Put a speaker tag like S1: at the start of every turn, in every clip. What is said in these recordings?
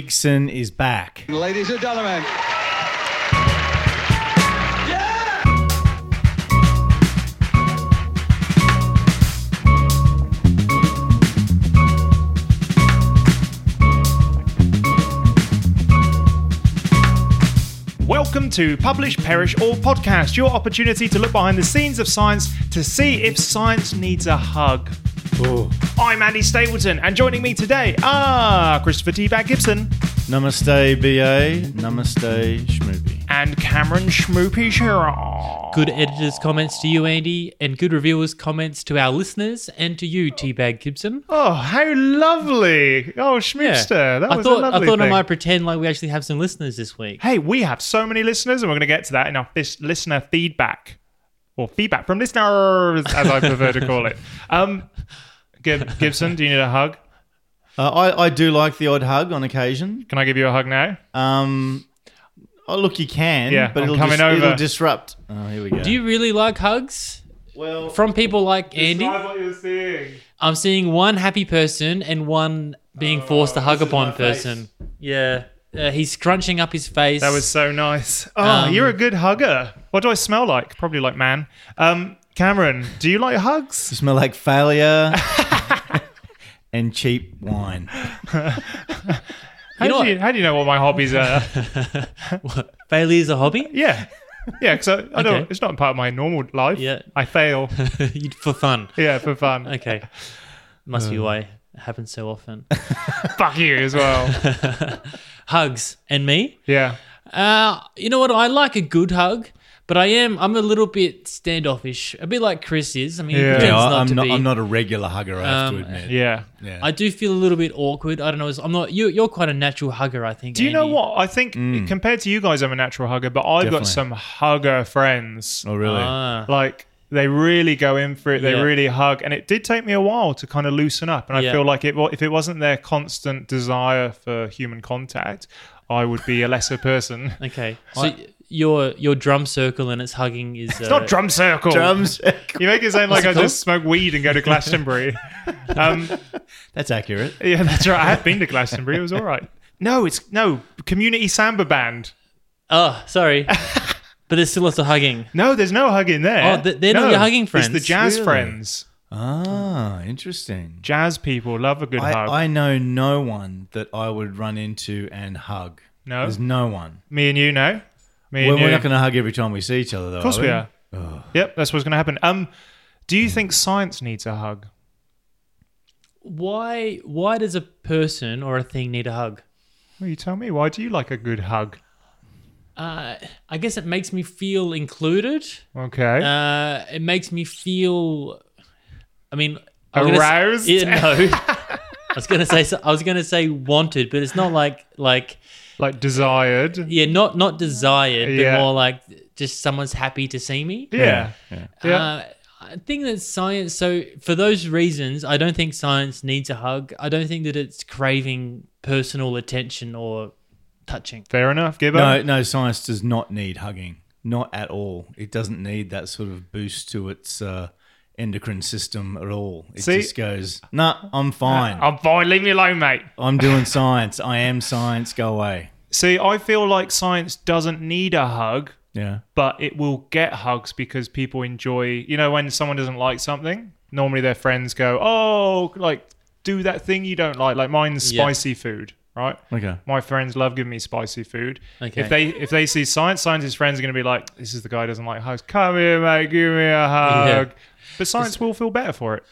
S1: Bigson is back.
S2: Ladies and gentlemen.
S3: Welcome to Publish, Perish, or Podcast, your opportunity to look behind the scenes of science to see if science needs a hug. I'm Andy Stapleton, and joining me today are Christopher T. Bag Gibson
S1: Namaste, BA. Namaste, Schmoopy.
S3: and Cameron Schmoopy Shira.
S4: Good editors' comments to you, Andy, and good reviewers' comments to our listeners and to you, Teabag Gibson.
S3: Oh, how lovely! Oh, Schmoopster, that was
S4: I thought
S3: a lovely
S4: I thought
S3: thing.
S4: I might pretend like we actually have some listeners this week.
S3: Hey, we have so many listeners, and we're going to get to that in our fis- listener feedback or feedback from listeners, as I prefer to call it. Um, Gib- Gibson, do you need a hug?
S1: Uh, I, I do like the odd hug on occasion.
S3: Can I give you a hug now?
S1: Um, oh, look, you can,
S3: Yeah,
S1: but
S3: I'm
S1: it'll,
S3: coming
S1: dis-
S3: over.
S1: it'll disrupt. Oh, here we go.
S4: Do you really like hugs
S1: well,
S4: from people like Andy?
S3: what you're seeing.
S4: I'm seeing one happy person and one being forced to hug
S1: Oh, this is
S4: upon
S1: my face.
S4: person. Yeah, uh, he's scrunching up his face.
S3: That was so nice. Oh,
S4: Um,
S3: you're a good hugger. What do I smell like? Probably like man. Um, Cameron, do you like hugs?
S1: you smell like failure and cheap wine.
S3: How,
S4: know
S3: do you,
S4: what?
S3: how do you know what my hobbies are?
S4: What, failure is a hobby.
S3: yeah. Yeah, because I, I
S4: Okay.
S3: don't, it's not part of my normal life.
S4: Yeah.
S3: I fail.
S4: You'd- for fun.
S3: Yeah, for fun.
S4: Okay, must
S3: Um.
S4: be why it happens so often.
S3: Fuck you as well.
S4: Hugs and me.
S3: Yeah.
S4: Uh, you know what? I like a good hug, but I am I'm a little bit standoffish, a bit like Chris is. I mean, he
S3: Yeah.
S4: pretends
S3: Yeah,
S4: not
S1: I'm,
S4: to
S1: not,
S4: be.
S1: I'm not a regular hugger, I have
S4: Um,
S1: to admit.
S3: Yeah.
S1: Yeah.
S4: I do feel a little bit awkward. I don't know. I'm not. You, you're quite a natural hugger, I think.
S3: Do you know
S4: Andy.
S3: what? I think compared to you guys, I'm a natural hugger, but I've got
S1: Mm. Definitely.
S3: some hugger friends.
S1: oh, really?
S4: Ah,
S3: Like, they really go in for it. They
S4: Yeah.
S3: really hug. And it did take me a while to kind of loosen up. And I
S4: Yeah.
S3: feel like it, wa- if it wasn't their constant desire for human contact, I would be a lesser person.
S4: okay. So your your drum circle and its hugging is uh,
S3: It's not drum circle.
S1: Drums.
S3: You make it sound like
S4: it
S3: I
S4: called?
S3: just smoke weed and go to Glastonbury. um,
S1: That's accurate.
S3: yeah, that's right. I have been to Glastonbury. It was all right. No, it's no community samba band.
S4: Oh, sorry. but there's still lots of hugging.
S3: No, there's no hugging there.
S4: Oh, th- they're not your hugging
S3: It's the
S4: friends.
S3: jazz
S1: Really?
S3: friends.
S1: Ah, interesting.
S3: Jazz people love a good hug.
S1: I, I know no one that I would run into and hug.
S3: No?
S1: There's no one.
S3: Me and you know. Me
S1: Well,
S3: and you.
S1: we're not going to hug every time we see each other, though.
S3: of course we are. Yep, that's what's going to happen. Um, do
S4: Hmm.
S3: you think science needs a hug?
S4: Why why does a person or a thing need a hug?
S3: Well, you tell me. Why do you like a good hug?
S4: Uh, I guess it makes me feel included.
S3: Okay.
S4: Uh, it makes me feel. I mean, I was gonna say-
S3: Aroused.
S4: yeah, no. I was gonna say so- I was gonna say wanted, but it's not like like
S3: like desired. Yeah.
S4: yeah, not not desired,
S3: Yeah.
S4: but more like just someone's happy to see me.
S3: Yeah.
S4: Uh, I think that science. So for those reasons, I don't think science needs a hug. I don't think that it's craving personal attention or touching.
S3: Fair enough, Gibbo.
S1: No, no, science does not need hugging. Not at all. It doesn't need that sort of boost to its uh, endocrine system at all. It
S3: See-
S1: just goes, nah, I'm fine.
S3: I'm fine. Leave me alone, mate.
S1: I'm doing science. I am science. Go away.
S3: See, I feel like science doesn't need a hug,
S1: Yeah.
S3: but it will get hugs because people enjoy. You know, when someone doesn't like something, normally their friends go, "Oh, like do that thing you don't like." Like mine's
S4: Yeah.
S3: spicy food, right?
S1: Okay.
S3: My friends love giving me spicy food.
S4: Okay.
S3: If they if they see science, science's friends are going to be like, "This is the guy who doesn't like hugs. Come here, mate. Give me a hug." But science will feel better for it.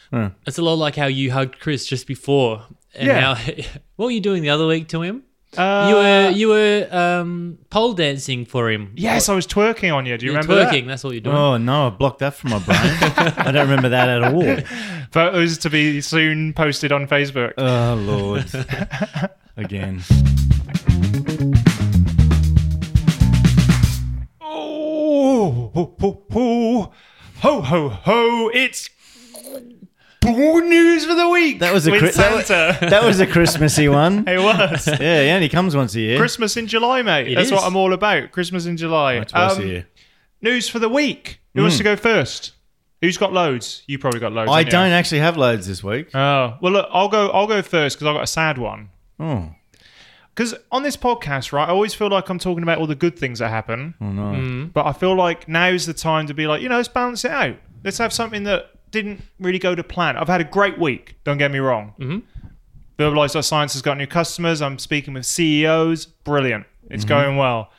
S4: It's a lot like how you hugged Chris just before. And
S3: Yeah.
S4: How, what were you doing the other week to him?
S3: Uh,
S4: you were you were um, pole dancing for him.
S3: yes, I was twerking on you. Do you
S4: You're
S3: remember that?
S4: twerking. That's all you're doing.
S1: Oh, no, I blocked that from my brain. I don't remember that at all.
S3: Photos to be soon posted on Facebook.
S1: Oh, Lord. Again.
S3: Oh, ho, ho, ho, ho, ho, ho. It's good news for the week.
S1: That was a
S3: with
S1: Chri- that was-
S3: Santa.
S1: That was a Christmassy one.
S3: it was
S1: Yeah, he only comes once a year.
S3: Christmas in July, mate.
S4: It
S3: That's what
S4: is.
S3: I'm all about. Christmas in July.
S1: Or twice
S3: Um,
S1: a year.
S3: News for the week. Who wants to go first? Who's got loads? You probably got loads.
S1: Hmm. I
S3: haven't
S1: don't
S3: you? Uh,
S1: actually have loads this week.
S3: Oh well, look. I'll go. I'll go first because I got a sad one.
S1: Oh,
S3: Because on this podcast, right, I always feel like I'm talking about all the good things that happen.
S1: Oh, no.
S3: But I feel like now's the time to be like, you know, let's balance it out. Let's have something that didn't really go to plan. I've had a great week, don't get me wrong. Mm-hmm. Science has got new customers. I'm speaking with CEOs. Brilliant. It's going well.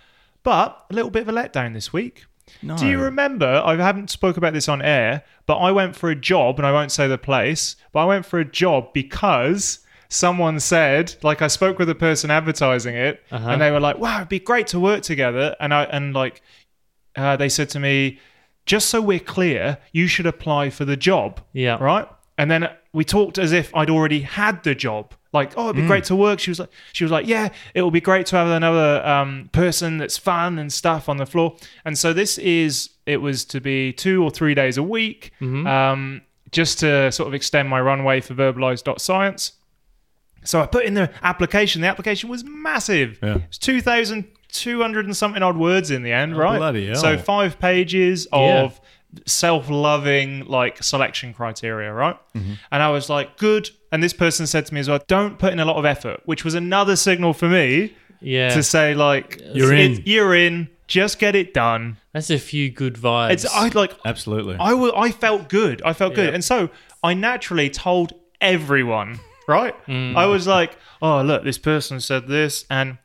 S3: But a little bit of a letdown this week.
S1: No.
S3: Do you remember? I haven't spoke about this on air, but I went for a job, and I won't say the place, but I went for a job because someone said, like, I spoke with the person advertising it, and they were like, "Wow, it'd be great to work together," and I and like, uh, they said to me, "Just so we're clear, you should apply for the job."
S4: Yeah.
S3: Right. And then we talked as if I'd already had the job. Like, oh, it'd be great to work. She was like, she was like, yeah, it will be great to have another um, person that's fun and stuff on the floor. And so this is, it was to be two or three days a week, um, just to sort of extend my runway for verbalized.science. So I put in the application. The application was massive.
S1: Yeah.
S3: It's two thousand two hundred and something odd words in the end, right?
S1: bloody hell.
S3: So five pages
S4: Yeah.
S3: of self-loving like selection criteria, right?
S1: Mm-hmm.
S3: And I was like, good. And this person said to me as well, don't put in a lot of effort, which was another signal for me
S4: Yeah.
S3: to say like,
S1: You're
S3: it's-
S1: in.
S3: you're in, just get it done.
S4: That's a few good vibes.
S3: It's I like
S1: Absolutely.
S3: I will. I felt good. I felt good,
S4: Yeah.
S3: and so I naturally told everyone. Right?
S1: Mm.
S3: I was like, "Oh, look, this person said this, and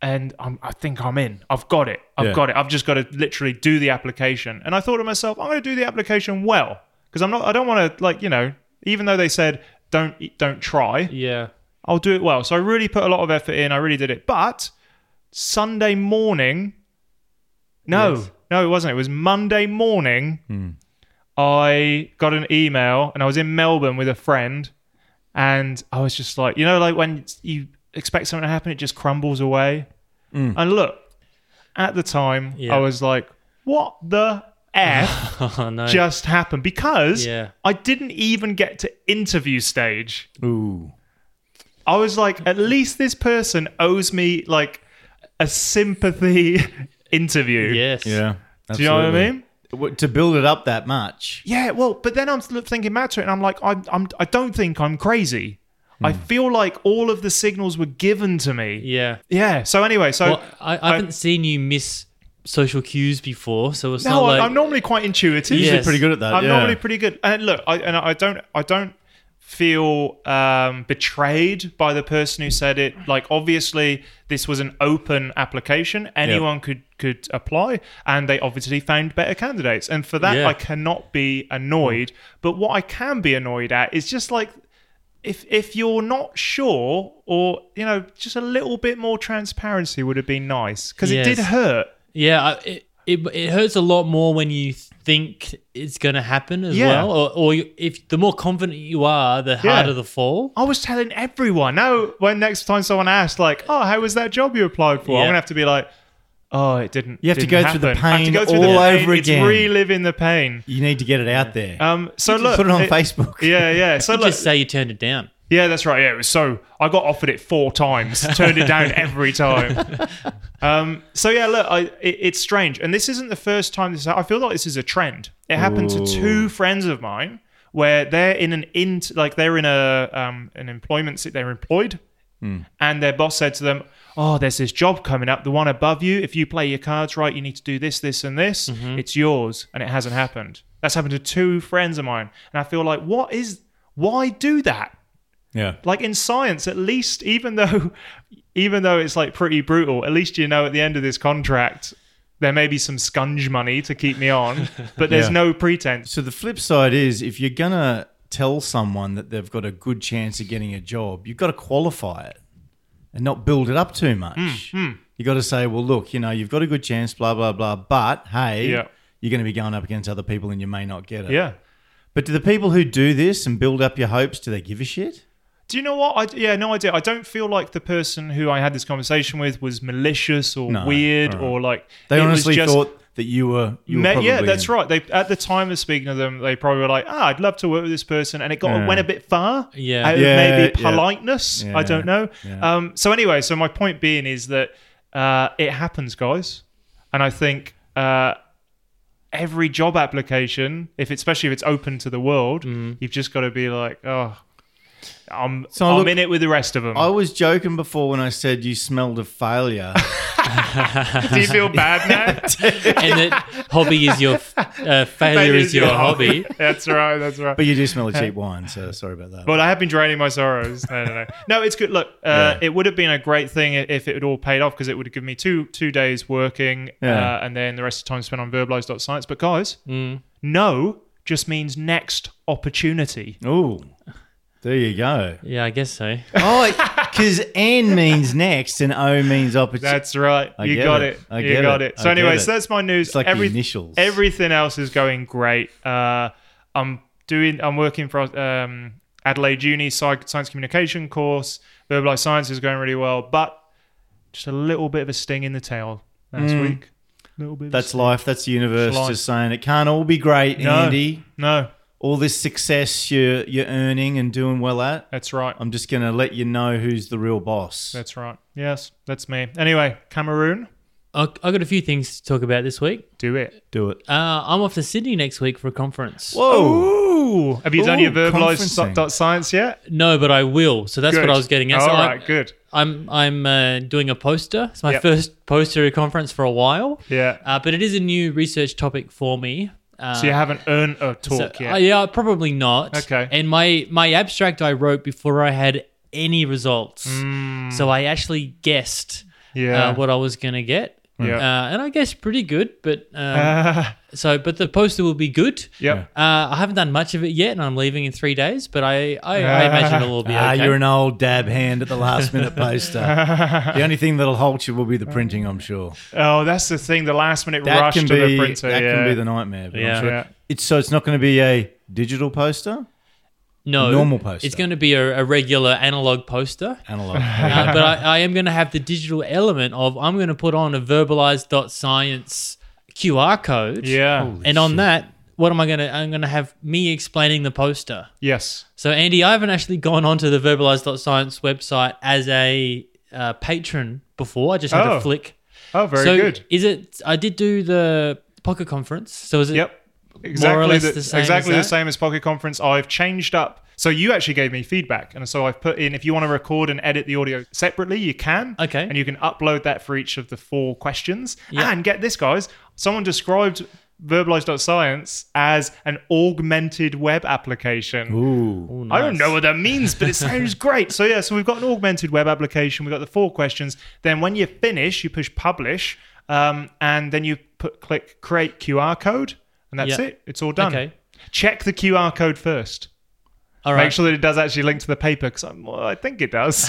S3: and I'm, I think I'm in. I've got it. I've
S1: Yeah.
S3: got it. I've just got to literally do the application." And I thought to myself, "I'm going to do the application well because I'm not. I don't want to like you know. Even though they said don't e, don't try,
S4: yeah.
S3: I'll do it well. So I really put a lot of effort in. I really did it. But Sunday morning, no,
S4: Yes. Hmm.
S3: no, it wasn't. It was Monday morning. I got an email and I was in Melbourne with a friend. And I was just like, you know, like when you expect something to happen, it just crumbles away. And look, at the time,
S4: Hmm. Yeah.
S3: I was like, what the F
S4: Oh no.
S3: just happened? Because
S4: Yeah.
S3: I didn't even get to interview stage.
S1: Ooh.
S3: I was like, at least this person owes me like a sympathy interview.
S4: yes.
S1: Yeah.
S3: Do you know what I
S1: absolutely.
S3: mean?
S1: W- To build it up that much.
S3: Yeah. Well, but then I'm sort of thinking back to it, and I'm like, I'm, I'm I don't think I'm crazy. I feel like all of the signals were given to me.
S4: Hmm. Yeah.
S3: Yeah. So anyway, so
S4: Well, I, I haven't seen you miss social cues before, so it's
S3: no,
S4: not
S3: I-
S4: like
S3: I'm normally quite intuitive.
S4: Usually Yes.
S1: Pretty good at that.
S3: I'm
S1: yeah.
S3: normally pretty good. And look, I and I don't I don't feel um, betrayed by the person who said it. Like obviously this was an open application. Anyone could could apply and they obviously found better candidates. And for that
S4: Yeah.
S3: I cannot be annoyed. But what I can be annoyed at is just like if if you're not sure or you know just a little bit more transparency would have been nice because it
S4: Yes.
S3: did hurt.
S4: yeah. I, it, it, it hurts a lot more when you think it's going to happen as
S3: Yeah.
S4: well, or, or you, if the more confident you are, the harder the fall.
S3: I was telling everyone. Now, when next time someone asks, like, "Oh, how was that job you applied for?" I'm
S4: Yeah.
S3: gonna have to be like, "Oh, it didn't."
S1: You have to
S3: didn't
S1: go through the
S3: happen. I have to
S1: pain
S3: go through the
S1: all
S3: pain.
S1: over
S3: It's
S1: again.
S3: reliving the pain.
S1: You need to get it out there.
S3: Um, so
S1: Just
S3: look,
S1: put it on Facebook.
S3: Yeah, yeah. So look,
S4: Just say you turned it down.
S3: yeah, that's right. Yeah, it was so I got offered it four times, turned it down every time. Um, so yeah, look, I, it, it's strange, and this isn't the first time this. I feel like this is a trend. It happened to two friends of mine where they're in an in like they're in a um, an employment sit. They're employed, and their boss said to them, "Oh, there's this job coming up. The one above you. If you play your cards right, you need to do this, this, and this. It's yours." And it hasn't happened. That's happened to two friends of mine, and I feel like, what is? Why do that?
S1: Yeah.
S3: like in science at least even though even though it's like pretty brutal at least you know at the end of this contract there may be some scunge money to keep me on but there's
S1: Yeah.
S3: no pretense
S1: So the flip side is if you're going to tell someone that they've got a good chance of getting a job, you've got to qualify it and not build it up too much.
S3: Hmm,
S1: You've got to say, well, look, you know, you've got a good chance, blah, blah, blah, but hey,
S3: Yeah.
S1: you're going to be going up against other people and you may not get it.
S3: yeah
S1: But do the people who do this and build up your hopes, do they give a shit?
S3: do you know what I, yeah no idea i don't feel like the person who i had this conversation with was malicious or
S1: No,
S3: weird
S1: all right.
S3: or like
S1: They
S3: it was
S1: honestly
S3: just-
S1: thought that you were, you were
S3: Ma-
S1: probably
S3: yeah, that's
S1: in.
S3: right. They at the time of speaking to them, they probably were like, "Ah, I'd love to work with this person," and it got
S1: Yeah.
S3: went a bit far.
S4: Yeah.
S3: out of
S1: Yeah,
S3: maybe
S1: yeah.
S3: politeness. I
S1: Yeah,
S3: don't know.
S1: yeah.
S3: Um, so anyway, so my point being is that uh, it happens, guys, and I think uh, every job application, if especially if it's open to the world, you've just got to be like, "Oh, I'm,
S1: So
S3: I'm
S1: look-
S3: in it with the rest of them.
S1: I was joking before when I said you smelled of failure.
S3: Do you feel bad now?
S4: and that hobby is your f- uh, failure is your hobby.
S3: that's right. That's right.
S1: But you do smell of cheap wine, so sorry about that.
S3: But I have been draining my sorrows. No, no, no. No, it's good. Look, uh,
S1: Yeah.
S3: it would have been a great thing if it had all paid off because it would have given me two two days working
S1: Yeah.
S3: uh, and then the rest of the time spent on verbalize.science. But guys,
S4: Mm.
S3: no just means next opportunity.
S1: Ooh, there you go.
S4: Yeah, I guess so.
S1: Oh, because N means next and O means opportunity.
S3: That's right.
S1: I
S3: you
S1: get
S3: got it.
S1: it. I
S3: you
S1: get
S3: got it.
S1: it.
S3: So,
S1: I get
S3: anyway, so
S1: it.
S3: that's my news.
S1: It's like
S3: Every-
S1: the initials.
S3: Everything else is going great. Uh, I'm doing. I'm working for um, Adelaide Uni sci- Science Communication course. Verbalize Science is going really well, but just a little bit of a sting in the tail last week. Little bit. of
S1: Mm.
S3: a
S1: That's
S3: sting.
S1: life. That's the universe
S3: Life.
S1: just saying it can't all be great,
S3: No.
S1: Andy.
S3: no.
S1: All this success you're you're earning and doing well at.
S3: That's right.
S1: I'm just gonna let you know who's the real boss.
S3: That's right. Yes, that's me. Anyway, Cameroon,
S4: I, I got a few things to talk about this week.
S3: do it.
S1: Do it.
S4: Uh, I'm off to Sydney next week for a conference.
S3: Oh.
S1: Whoa.
S3: Ooh, have you done
S1: Oh. Ooh,
S3: your verbalized
S1: conferencing.
S3: dot science yet?
S4: No, but I will. So that's
S3: Good.
S4: what I was getting at.
S3: All
S4: so
S3: right,
S4: I'm,
S3: good.
S4: I'm I'm uh, doing a poster. It's my
S3: Yep.
S4: first poster conference for a while.
S3: Yeah.
S4: Uh, but it is a new research topic for me. Uh,
S3: so you haven't earned a talk
S4: so-
S3: yet.
S4: uh, yeah, probably not.
S3: Okay.
S4: And my my abstract I wrote before I had any results, so I actually guessed
S3: Mm. Yeah.
S4: uh, what I was gonna get.
S3: Yeah.
S4: Uh, and I guess pretty good, but um, so but the poster will be good.
S3: Yep.
S4: Uh, I haven't done much of it yet, and I'm leaving in three days. But I, I, I imagine it will be.
S1: Ah,
S4: okay.
S1: you're an old dab hand at the last minute poster. the only thing that'll halt you will be the printing, I'm sure.
S3: Oh, that's the thing. The last minute
S1: That
S3: rush
S1: can
S3: to
S1: be
S3: the printer.
S1: that
S3: yeah.
S1: can be the nightmare. But
S4: Yeah.
S1: I'm sure.
S3: Yeah.
S1: It's so it's not going to be a digital poster,
S4: no
S1: normal poster.
S4: It's going to be a, a regular analog poster.
S1: analog.
S4: Uh, but I, I am going to have the digital element of I'm going to put on a verbalized.science QR code.
S3: yeah.
S4: And on that, what am I going to? I'm going to have me explaining the poster.
S3: Yes.
S4: So Andy, I haven't actually gone onto the verbalized.science website as a uh, patron before. I just had
S3: Oh.
S4: a flick.
S3: Oh, very
S4: so
S3: good.
S4: Is it? I did do the pocket conference. So is it?
S3: Yep. Exactly.
S4: less
S3: the,
S4: the same
S3: exactly
S4: as
S3: the
S4: that?
S3: same as Pocket Conference. I've changed up. So you actually gave me feedback, and so I've put in. If you want to record and edit the audio separately, you can.
S4: Okay.
S3: And you can upload that for each of the four questions.
S4: Yeah.
S3: And get this, guys. Someone described verbalized.science as an augmented web application.
S1: Ooh.
S4: Ooh,
S3: I don't
S4: nice.
S3: know what that means, but it sounds great. So yeah, so we've got an augmented web application. We've got the four questions. Then when you finish, you push publish, um, and then you put click create QR code, and that's
S4: Yeah.
S3: it. It's all done.
S4: Okay.
S3: Check the QR code first.
S4: All
S3: Make
S4: right.
S3: sure that it does actually link to the paper, because well, I think it does.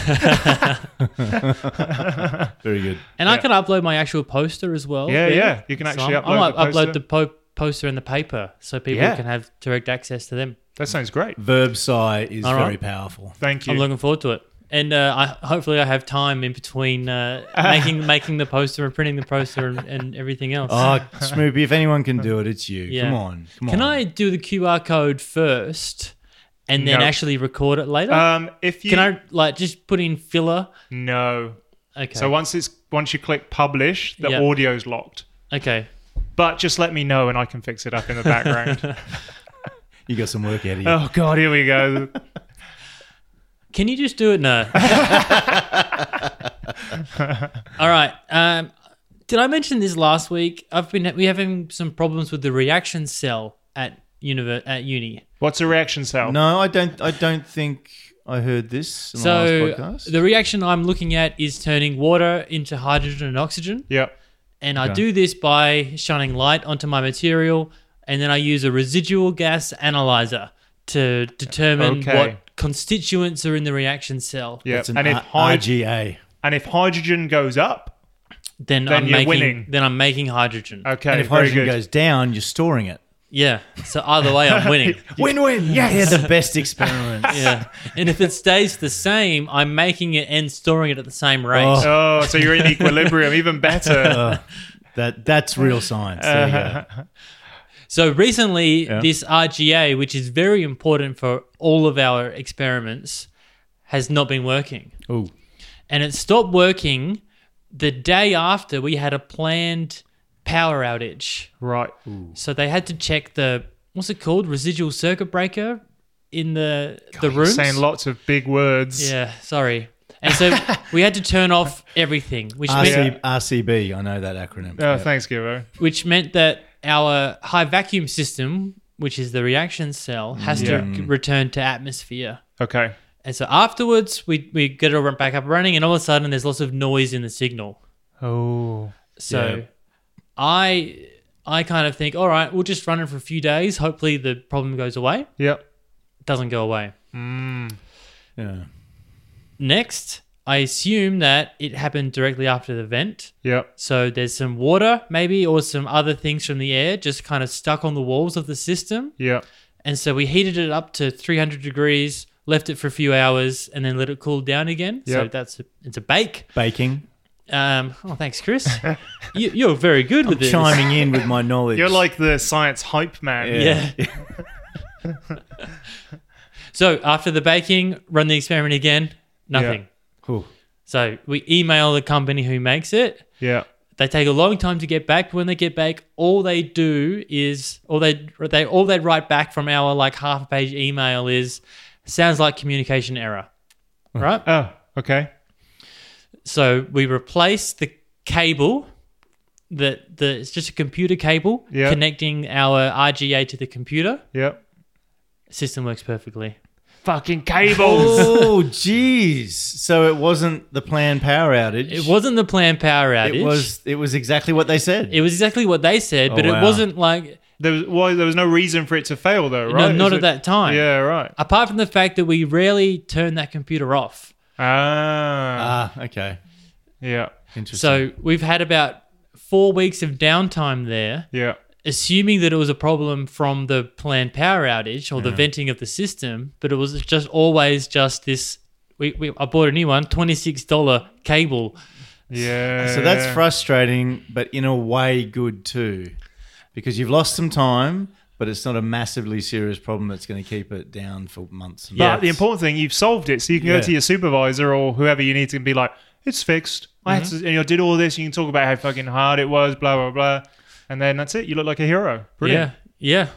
S1: Very good.
S4: And I can upload my actual poster as well.
S3: Yeah,
S4: really.
S3: yeah, you can actually
S4: I'm-
S3: upload
S4: I might
S3: the poster.
S4: upload the po- poster and the paper so people
S3: Yeah.
S4: can have direct access to them.
S3: that sounds great.
S1: Verb sigh is
S4: All right.
S1: very powerful.
S3: Thank you.
S4: I'm looking forward to it. And uh, I, hopefully, I have time in between uh, making making the poster and printing the poster and, and everything else.
S1: Oh, Smoopy, if anyone can do it, it's you.
S4: Yeah.
S1: Come on. Come
S4: Can
S1: on.
S4: I do the QR code first and then
S3: No.
S4: actually record it later?
S3: um, if you
S4: Can I like just put in filler?
S3: no,
S4: Okay.
S3: so once it's once you click publish, the
S4: Yeah.
S3: audio's locked.
S4: okay.
S3: But just let me know, and I can fix it up in the background.
S1: You got some work out of you.
S3: Oh god, here we go.
S4: Can you just do it now? All right. Um, did I mention this last week? I've been we having some problems with the reaction cell at univer- at uni.
S3: What's a reaction cell?
S1: No, I don't. I don't think I heard this in the
S4: so
S1: last podcast.
S4: the reaction I'm looking at is turning water into hydrogen and oxygen,
S3: Yeah.
S4: and I do this by shining light onto my material, and then I use a residual gas analyzer to determine
S3: Okay.
S4: what constituents are in the reaction cell.
S3: Yeah.
S1: It's an
S3: And if
S1: R-
S3: hyd-
S1: RGA.
S3: and if hydrogen goes up,
S4: Then,
S3: Then
S4: I'm
S3: you're
S4: making
S3: winning.
S4: then I'm making hydrogen.
S3: okay,
S1: and if
S3: very
S1: hydrogen
S3: good.
S1: goes down, you're storing it.
S4: Yeah. So either way, I'm winning.
S1: Win-win. Yes. They're the best experiments.
S4: yeah. And if it stays the same, I'm making it and storing it at the same rate.
S1: Oh.
S3: oh, so you're in equilibrium, even better.
S1: Uh, That that's real science. There you
S3: Uh-huh.
S1: go.
S4: So recently, this RGA, which is very important for all of our experiments, has not been working.
S1: Ooh.
S4: And it stopped working the day after we had a planned power outage.
S3: right.
S4: So they had to check the what's it called? Residual circuit breaker in the the
S3: You're
S4: room.
S3: saying lots of big words.
S4: Yeah, sorry. And so we had to turn off everything, which meant
S1: RC, RCB, I know that acronym.
S3: Oh,
S1: Yep.
S3: thanks, Giro.
S4: which meant that our high vacuum system, which is the reaction cell, has to
S1: Yeah.
S4: return to atmosphere.
S3: Okay.
S4: And so afterwards, we we get it all back up and running, and all of a sudden, there's lots of noise in the signal.
S3: Oh.
S4: So
S1: Yeah.
S4: I I kind of think, all right, we'll just run it for a few days. Hopefully, the problem goes away.
S3: Yep.
S4: It doesn't go away.
S1: Yeah.
S4: Next, I assume that it happened directly after the vent.
S3: Yep.
S4: So there's some water, maybe, or some other things from the air just kind of stuck on the walls of the system.
S3: Yep.
S4: And so we heated it up to 300 degrees, left it for a few hours, and then let it cool down again. So
S3: Yep.
S4: that's a, it's a bake.
S1: Baking.
S4: Um, oh, thanks, Chris. you, you're very good with this.
S1: Chiming in with my knowledge.
S3: You're like the science hype man.
S4: Yeah. so after the baking, run the experiment again. Nothing.
S1: Ooh.
S4: So we email the company who makes it.
S3: Yeah.
S4: They take a long time to get back. But when they get back, all they do is all they they all they write back from our like half a page email is sounds like communication error. Right?
S3: Oh, okay.
S4: So we replace the cable that the it's just a computer cable
S3: Yeah.
S4: connecting our RGA to the computer.
S3: Yep.
S4: System works perfectly.
S3: Fucking cables.
S1: Oh, jeez. So it wasn't the planned power outage.
S4: It wasn't the planned power outage.
S1: It was. It was exactly what they said.
S4: It was exactly what they said,
S3: Oh,
S4: but
S1: wow.
S4: it wasn't like
S3: there was well, there was no reason for it to fail though, right?
S4: no, not
S3: Is
S4: at
S3: it-
S4: that time.
S3: Yeah, right.
S4: Apart from the fact that we rarely turn that computer off.
S3: Ah.
S1: Ah, okay.
S3: yeah.
S1: Interesting.
S4: So we've had about four weeks of downtime there,
S3: Yeah.
S4: assuming that it was a problem from the planned power outage or the venting of the system, but it was just always just this. We, we, I bought a new one, $26 cable.
S3: Yeah.
S1: So that's frustrating, but in a way good too, because you've lost some time, but it's not a massively serious problem that's going to keep it down for months. and
S3: But
S1: months.
S3: the important thing, you've solved it. So you can go
S1: Yeah.
S3: to your supervisor or whoever you need to and be like, it's fixed. I had to, you know, did all this. You can talk about how fucking hard it was, blah, blah, blah. And then that's it. You look like a hero. Brilliant.
S4: Yeah. Yeah.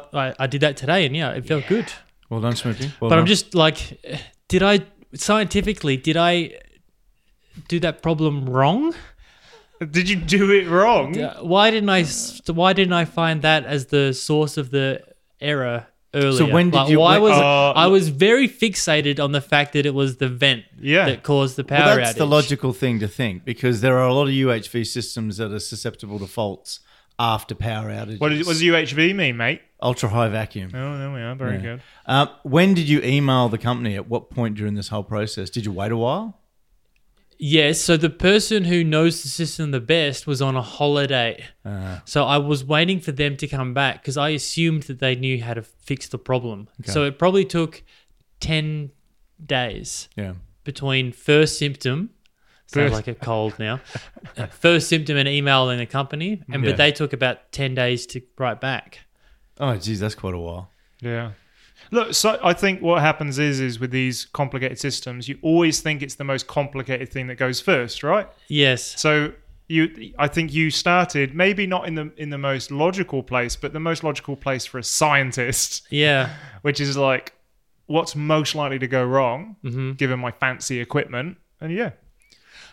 S4: Oh, I, I did that today and yeah, it felt good.
S1: Well done, Smithy. Well
S4: but
S1: done.
S4: I'm just like, did I scientifically did I do that problem wrong?
S3: Did you do it
S1: Hmm?
S3: wrong?
S4: Uh, Why didn't I? s- Why didn't I find that as the source of the error earlier?
S1: when did
S4: Like,
S1: you-
S4: Why
S1: when-
S4: was
S3: uh,
S4: I was very fixated on the fact that it was the vent
S3: Yeah.
S4: that caused the power
S1: Well, that's
S4: outage.
S1: the logical thing to think because there are a lot of UHV systems that are susceptible to faults after power outages.
S3: What, did, what does UHV mean, mate?
S1: Ultra high vacuum.
S3: Oh, there we are. Very
S1: Yeah.
S3: good.
S1: Um, when did you email the company? At what point during this whole process? Did you wait a while?
S4: Yes. So the person who knows the system the best was on a holiday.
S1: Uh-huh.
S4: so I was waiting for them to come back because I assumed that they knew how to fix the problem. So it probably took ten days.
S1: Yeah.
S4: between first symptom sounds
S3: First-
S4: like a cold now first symptom and email in the company and
S1: Yeah.
S4: but they took about 10 days to write back
S1: Oh, geez, that's quite a while.
S3: Yeah. Look, so I think what happens is, is with these complicated systems, you always think it's the most complicated thing that goes first, right?
S4: yes
S3: So you, I think you started maybe not in the in the most logical place, but the most logical place for a scientist,
S4: yeah
S3: which is like, what's most likely to go wrong
S1: Mm-hmm.
S3: given my fancy equipment? And yeah,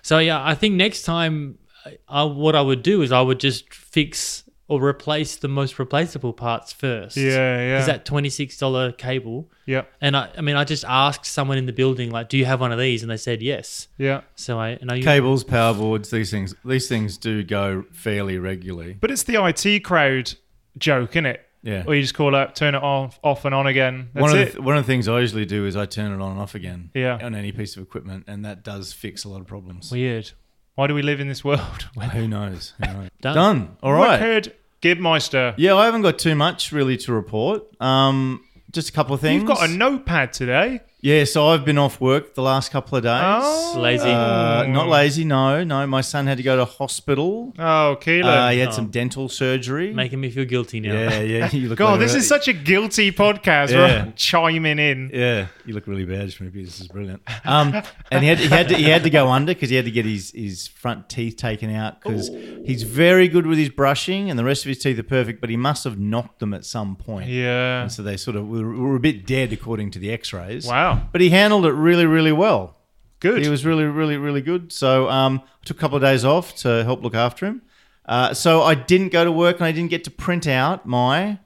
S4: so yeah i think next time I, I, what i would do is i would just fix or replace the most replaceable parts first
S3: yeah,
S4: is that $26 cable
S3: yeah,
S4: and I, I mean i just asked someone in the building like do you have one of these and they said yes
S3: yeah.
S4: so i and i
S1: Cables, power boards, these things. These things do go fairly regularly.
S3: But it's the IT crowd joke, isn't it?
S1: Yeah.
S3: Or you just call up, turn it off, off and on again. That's
S1: one of
S3: it.
S1: the th- one of the things I usually do is I turn it on and off again.
S3: Yeah.
S1: On any piece of equipment, and that does fix a lot of problems.
S4: weird
S3: Why do we live in this world?
S1: Who knows? Who knows?
S4: Done.
S1: Done. All right.
S3: Wicked Gibmeister.
S1: Yeah, I haven't got too much really to report. Um, just a couple of things.
S3: You've got a notepad today.
S1: Yeah, so I've been off work the last couple of days.
S3: Oh.
S4: Lazy.
S1: Uh, not lazy, no, no. My son had to go to hospital.
S3: Oh, Kilo.
S1: Uh, he had
S4: Oh.
S1: some dental surgery.
S4: Making me feel guilty now.
S1: yeah, yeah. You look
S3: God,
S1: like
S3: this
S1: a-
S3: is such a guilty podcast.
S1: Yeah.
S3: We're chiming in.
S1: Yeah, you look really bad, Shmoopy. This is brilliant. Um, and he had, he had to he had to go under because he had to get his his front teeth taken out because he's very good with his brushing and the rest of his teeth are perfect, but he must have knocked them at some point.
S3: Yeah.
S1: And so they sort of were, were a bit dead according to the X-rays.
S3: Wow.
S1: But he handled it really, really well.
S3: Good.
S1: He was really, really, really good. So um, I took a couple of days off to help look after him. Uh, so I didn't go to work and I didn't get to print out my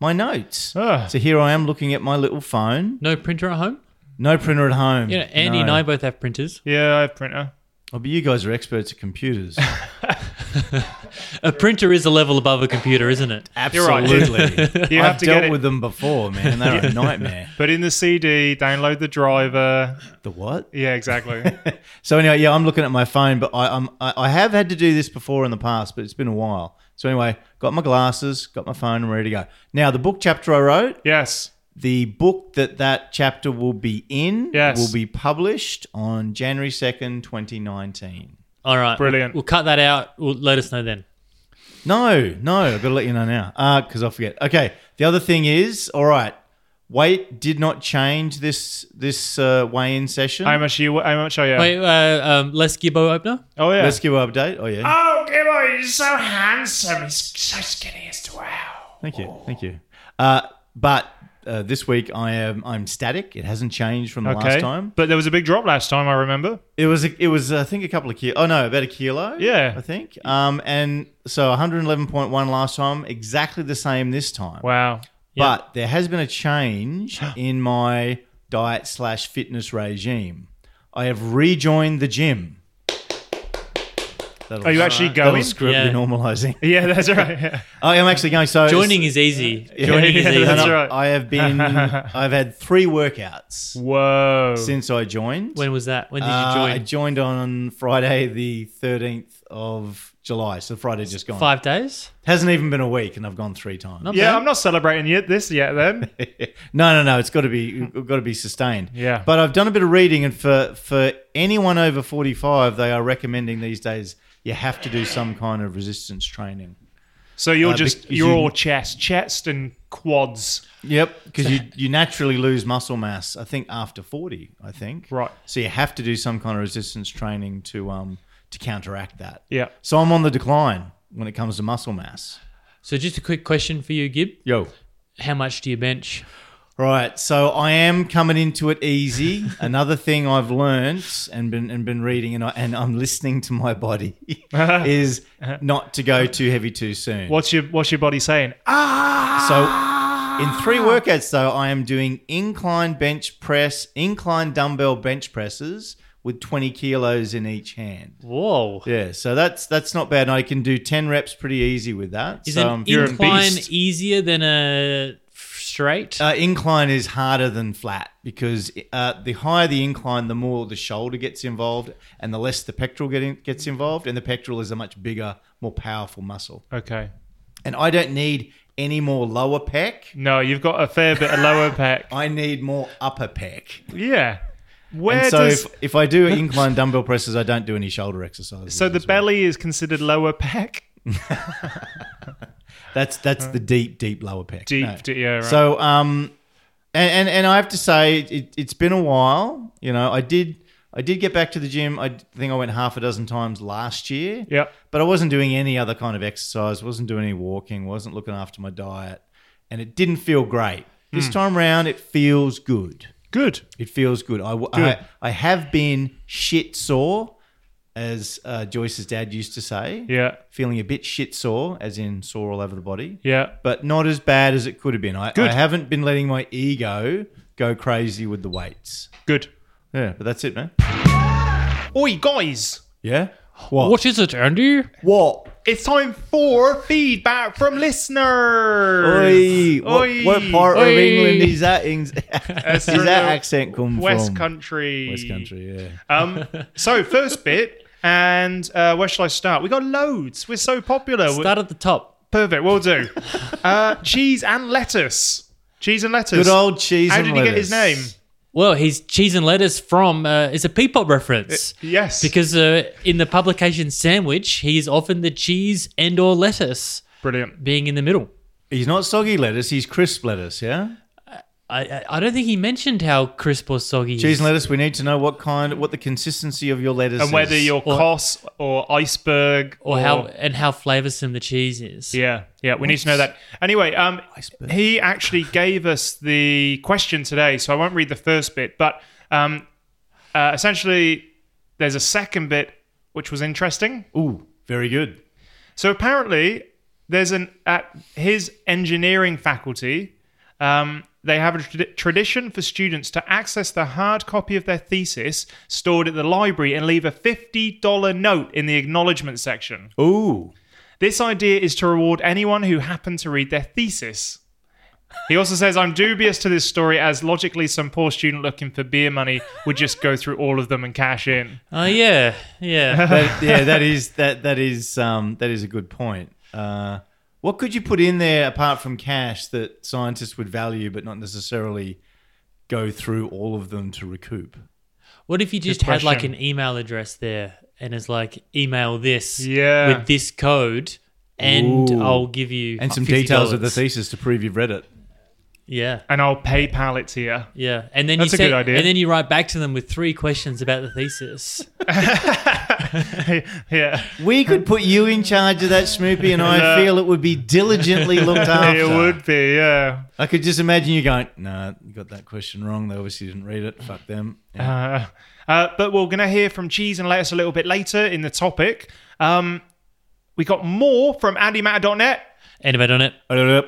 S1: my notes.
S3: Ah.
S1: So here I am looking at my little phone.
S4: No printer at home?
S1: No printer at home.
S4: You know, Andy and
S1: No.
S4: I both have printers.
S3: yeah, I have printer.
S1: Oh, but you guys are experts at computers.
S4: A printer is a level above a computer, isn't it?
S3: right. You
S1: I've
S3: have to
S1: dealt
S3: get it.
S1: with them before, man. They're a nightmare.
S3: Put in the CD, download the driver.
S1: The what?
S3: Yeah, exactly.
S1: So anyway, yeah, I'm looking at my phone, but I, I'm, I I have had to do this before in the past, but it's been a while. So anyway, got my glasses, got my phone, I'm ready to go. Now the book chapter I wrote,
S3: yes.
S1: the book that that chapter will be in,
S3: Yes.
S1: will be published on January second, 2019.
S4: All right.
S3: Brilliant.
S4: We'll cut that out. We'll let us know then.
S1: No, no, I've got to let you know now because I'll forget. Okay, the other thing is, all right, weight did not change this this uh, weigh-in session.
S3: How much you? How much are you?
S4: Wait, uh, um, Les Gibbo opener?
S3: Oh yeah.
S1: Rescue update. Oh yeah,
S3: Oh, Gibbo, he's so handsome. He's so skinny as to wow.
S1: thank you, thank you. Uh, but uh, this week I am I'm static. It hasn't changed from the
S3: Okay.
S1: last time.
S3: But there was a big drop last time. I remember.
S1: It was a, it was I think a couple of kilo. Oh no, about a kilo.
S3: Yeah.
S1: I think. Um, and so 111.1 last time, exactly the same this time.
S3: Wow.
S1: But there has been a change in my diet slash fitness regime. I have rejoined the gym. That'll-
S3: Are you actually
S1: that'll
S3: going?
S1: screw up
S4: Yeah.
S1: your normalizing.
S3: Yeah, that's right. Yeah.
S1: I am actually going. So
S4: Joining is easy. Joining is
S3: yeah,
S4: easy.
S3: that's
S1: And I-
S3: right.
S1: I have been. I've had three workouts
S3: Whoa.
S1: since I joined.
S4: When was that? When did you
S1: Uh, I
S4: join?
S1: joined on Friday, the thirteenth of July. So Friday just gone.
S4: Five days?
S1: Hasn't even been a week, and I've gone three times.
S4: Not
S3: yeah,
S4: bad.
S3: I'm not celebrating yet this yet then.
S1: no, no, no. It's got to be got to be sustained.
S3: Yeah.
S1: But I've done a bit of reading, and for for anyone over forty five, they are recommending these days you have to do some kind of resistance training.
S3: So you're
S1: Uh,
S3: just
S1: because
S3: you're
S1: you-
S3: all chest, chest and quads.
S1: Yep, because you you naturally lose muscle mass. I think after forty, I think.
S3: Right.
S1: So you have to do some kind of resistance training to um to counteract that.
S3: Yeah.
S1: So I'm on the decline when it comes to muscle mass.
S4: So just a quick question for you, Gib.
S1: Yo.
S4: How much do you bench?
S1: Right, so I am coming into it easy. Another thing I've learned and been and been reading and I, and I'm listening to my body is not to go too heavy too soon.
S3: What's your what's your body saying? Ah.
S1: So in three workouts though, I am doing incline bench press, incline dumbbell bench presses with 20 kilos in each hand.
S4: Whoa.
S1: Yeah, so that's that's not bad. And I can do 10 reps pretty easy with that.
S4: Is
S1: so
S4: an
S1: I'm-
S4: incline
S3: beast.
S4: easier than a straight?
S1: Uh, incline is harder than flat because uh, the higher the incline, the more the shoulder gets involved, and the less the pectoral get in- gets involved. And the pectoral is a much bigger, more powerful muscle.
S3: Okay.
S1: And I don't need any more lower pec.
S3: No, you've got a fair bit of lower pack.
S1: I need more upper pec.
S3: Yeah. Where
S1: And so
S3: does
S1: if, if I do incline dumbbell presses, I don't do any shoulder exercises.
S3: so the
S1: as well.
S3: belly is considered lower pack?
S1: That's that's the deep, deep lower pec.
S3: Deep,
S1: No.
S3: d- yeah, right.
S1: So um, and and, and I have to say it, it's been a while. You know, I did I did get back to the gym. I think I went half a dozen times last year.
S3: Yep.
S1: But I wasn't doing any other kind of exercise. wasn't doing any walking. wasn't looking after my diet, and it didn't feel great. This
S3: Hmm.
S1: time round, it feels good.
S3: Good.
S1: It feels good. I,
S3: Good.
S1: I, I have been shit sore, as uh, Joyce's dad used to say.
S3: Yeah.
S1: Feeling a bit shit sore, as in sore all over the body.
S3: Yeah.
S1: But not as bad as it could have been. I,
S3: Good.
S1: I haven't been letting my ego go crazy with the weights.
S3: Good.
S1: Yeah, but that's it, man.
S3: Oi guys.
S1: Yeah?
S3: Uh,
S1: What?
S4: what is it, Andy?
S1: What?
S3: It's time for feedback from
S1: Oi,
S3: listeners.
S1: What,
S3: Oi.
S1: what part
S4: Oi.
S1: of England is that, in- is that accent come
S3: West
S1: from?
S3: Country.
S1: West Country, yeah.
S3: Um, so first bit, and uh, where shall I start? We got loads. We're so popular. We're-
S4: Start at the top.
S3: Perfect. We'll do. Uh, cheese and lettuce. Cheese and lettuce.
S1: Good old cheese
S3: How
S1: and
S3: did he get his
S1: lettuce.
S3: name?
S4: Well, he's cheese and lettuce from uh, is a Peepop reference.
S3: Yes.
S4: Because uh, in the publication sandwich, he's often the cheese and or lettuce
S3: Brilliant.
S4: being in the middle.
S1: He's not soggy lettuce. He's crisp lettuce. Yeah.
S4: I, I, I don't think he mentioned how crisp or soggy
S1: Cheese
S4: is.
S1: and lettuce. We need to know what kind, what the consistency of your lettuce
S3: And
S1: is.
S3: whether you're
S4: Or-
S3: Kos or Iceberg
S4: or how and how flavoursome the cheese is.
S3: Oh. Yeah, yeah, we need to know that. Anyway, um,
S1: Iceberg.
S3: he actually gave us the question today, so I won't read the first bit, but um, uh, essentially, there's a second bit which was interesting.
S1: Ooh, very good.
S3: So apparently, there's an at his engineering faculty. Um, they have a trad- tradition for students to access the hard copy of their thesis stored at the library and leave a $50 note in the acknowledgement section.
S1: Ooh,
S3: This idea is to reward anyone who happened to read their thesis. He also says, I'm dubious to this story as logically some poor student looking for beer money would just go through all of them and cash in.
S4: Oh yeah, yeah.
S1: That- yeah, that is that that is um, that is a good point. Uh, what could you put in there apart from cash that scientists would value, but not necessarily go through all of them to recoup?
S4: what if you just
S3: Good
S4: had like
S3: question.
S4: an email address there and it's like email this
S3: Yeah.
S4: with this code and
S1: Ooh.
S4: I'll give you
S3: Oh,
S1: And some
S4: $50.
S1: details of the thesis to prove you've read it.
S4: Yeah.
S3: And I'll PayPal it to you.
S4: Yeah, and then
S3: That's a
S4: you send-
S3: good idea.
S4: And then you write back to them with three questions about the thesis.
S3: yeah.
S1: We could put you in charge of that, Snoopy, and I feel it would be diligently looked after.
S3: It would be, yeah.
S1: I could just imagine you going, "Nah, you got that question wrong. They obviously didn't read it. Fuck them." Yeah.
S3: Uh, uh, but we're going to hear from Cheese and Lettuce a little bit later in the topic. Um, we got more from AndyMatter.net,
S4: Anyway, on it.
S3: Uh-huh.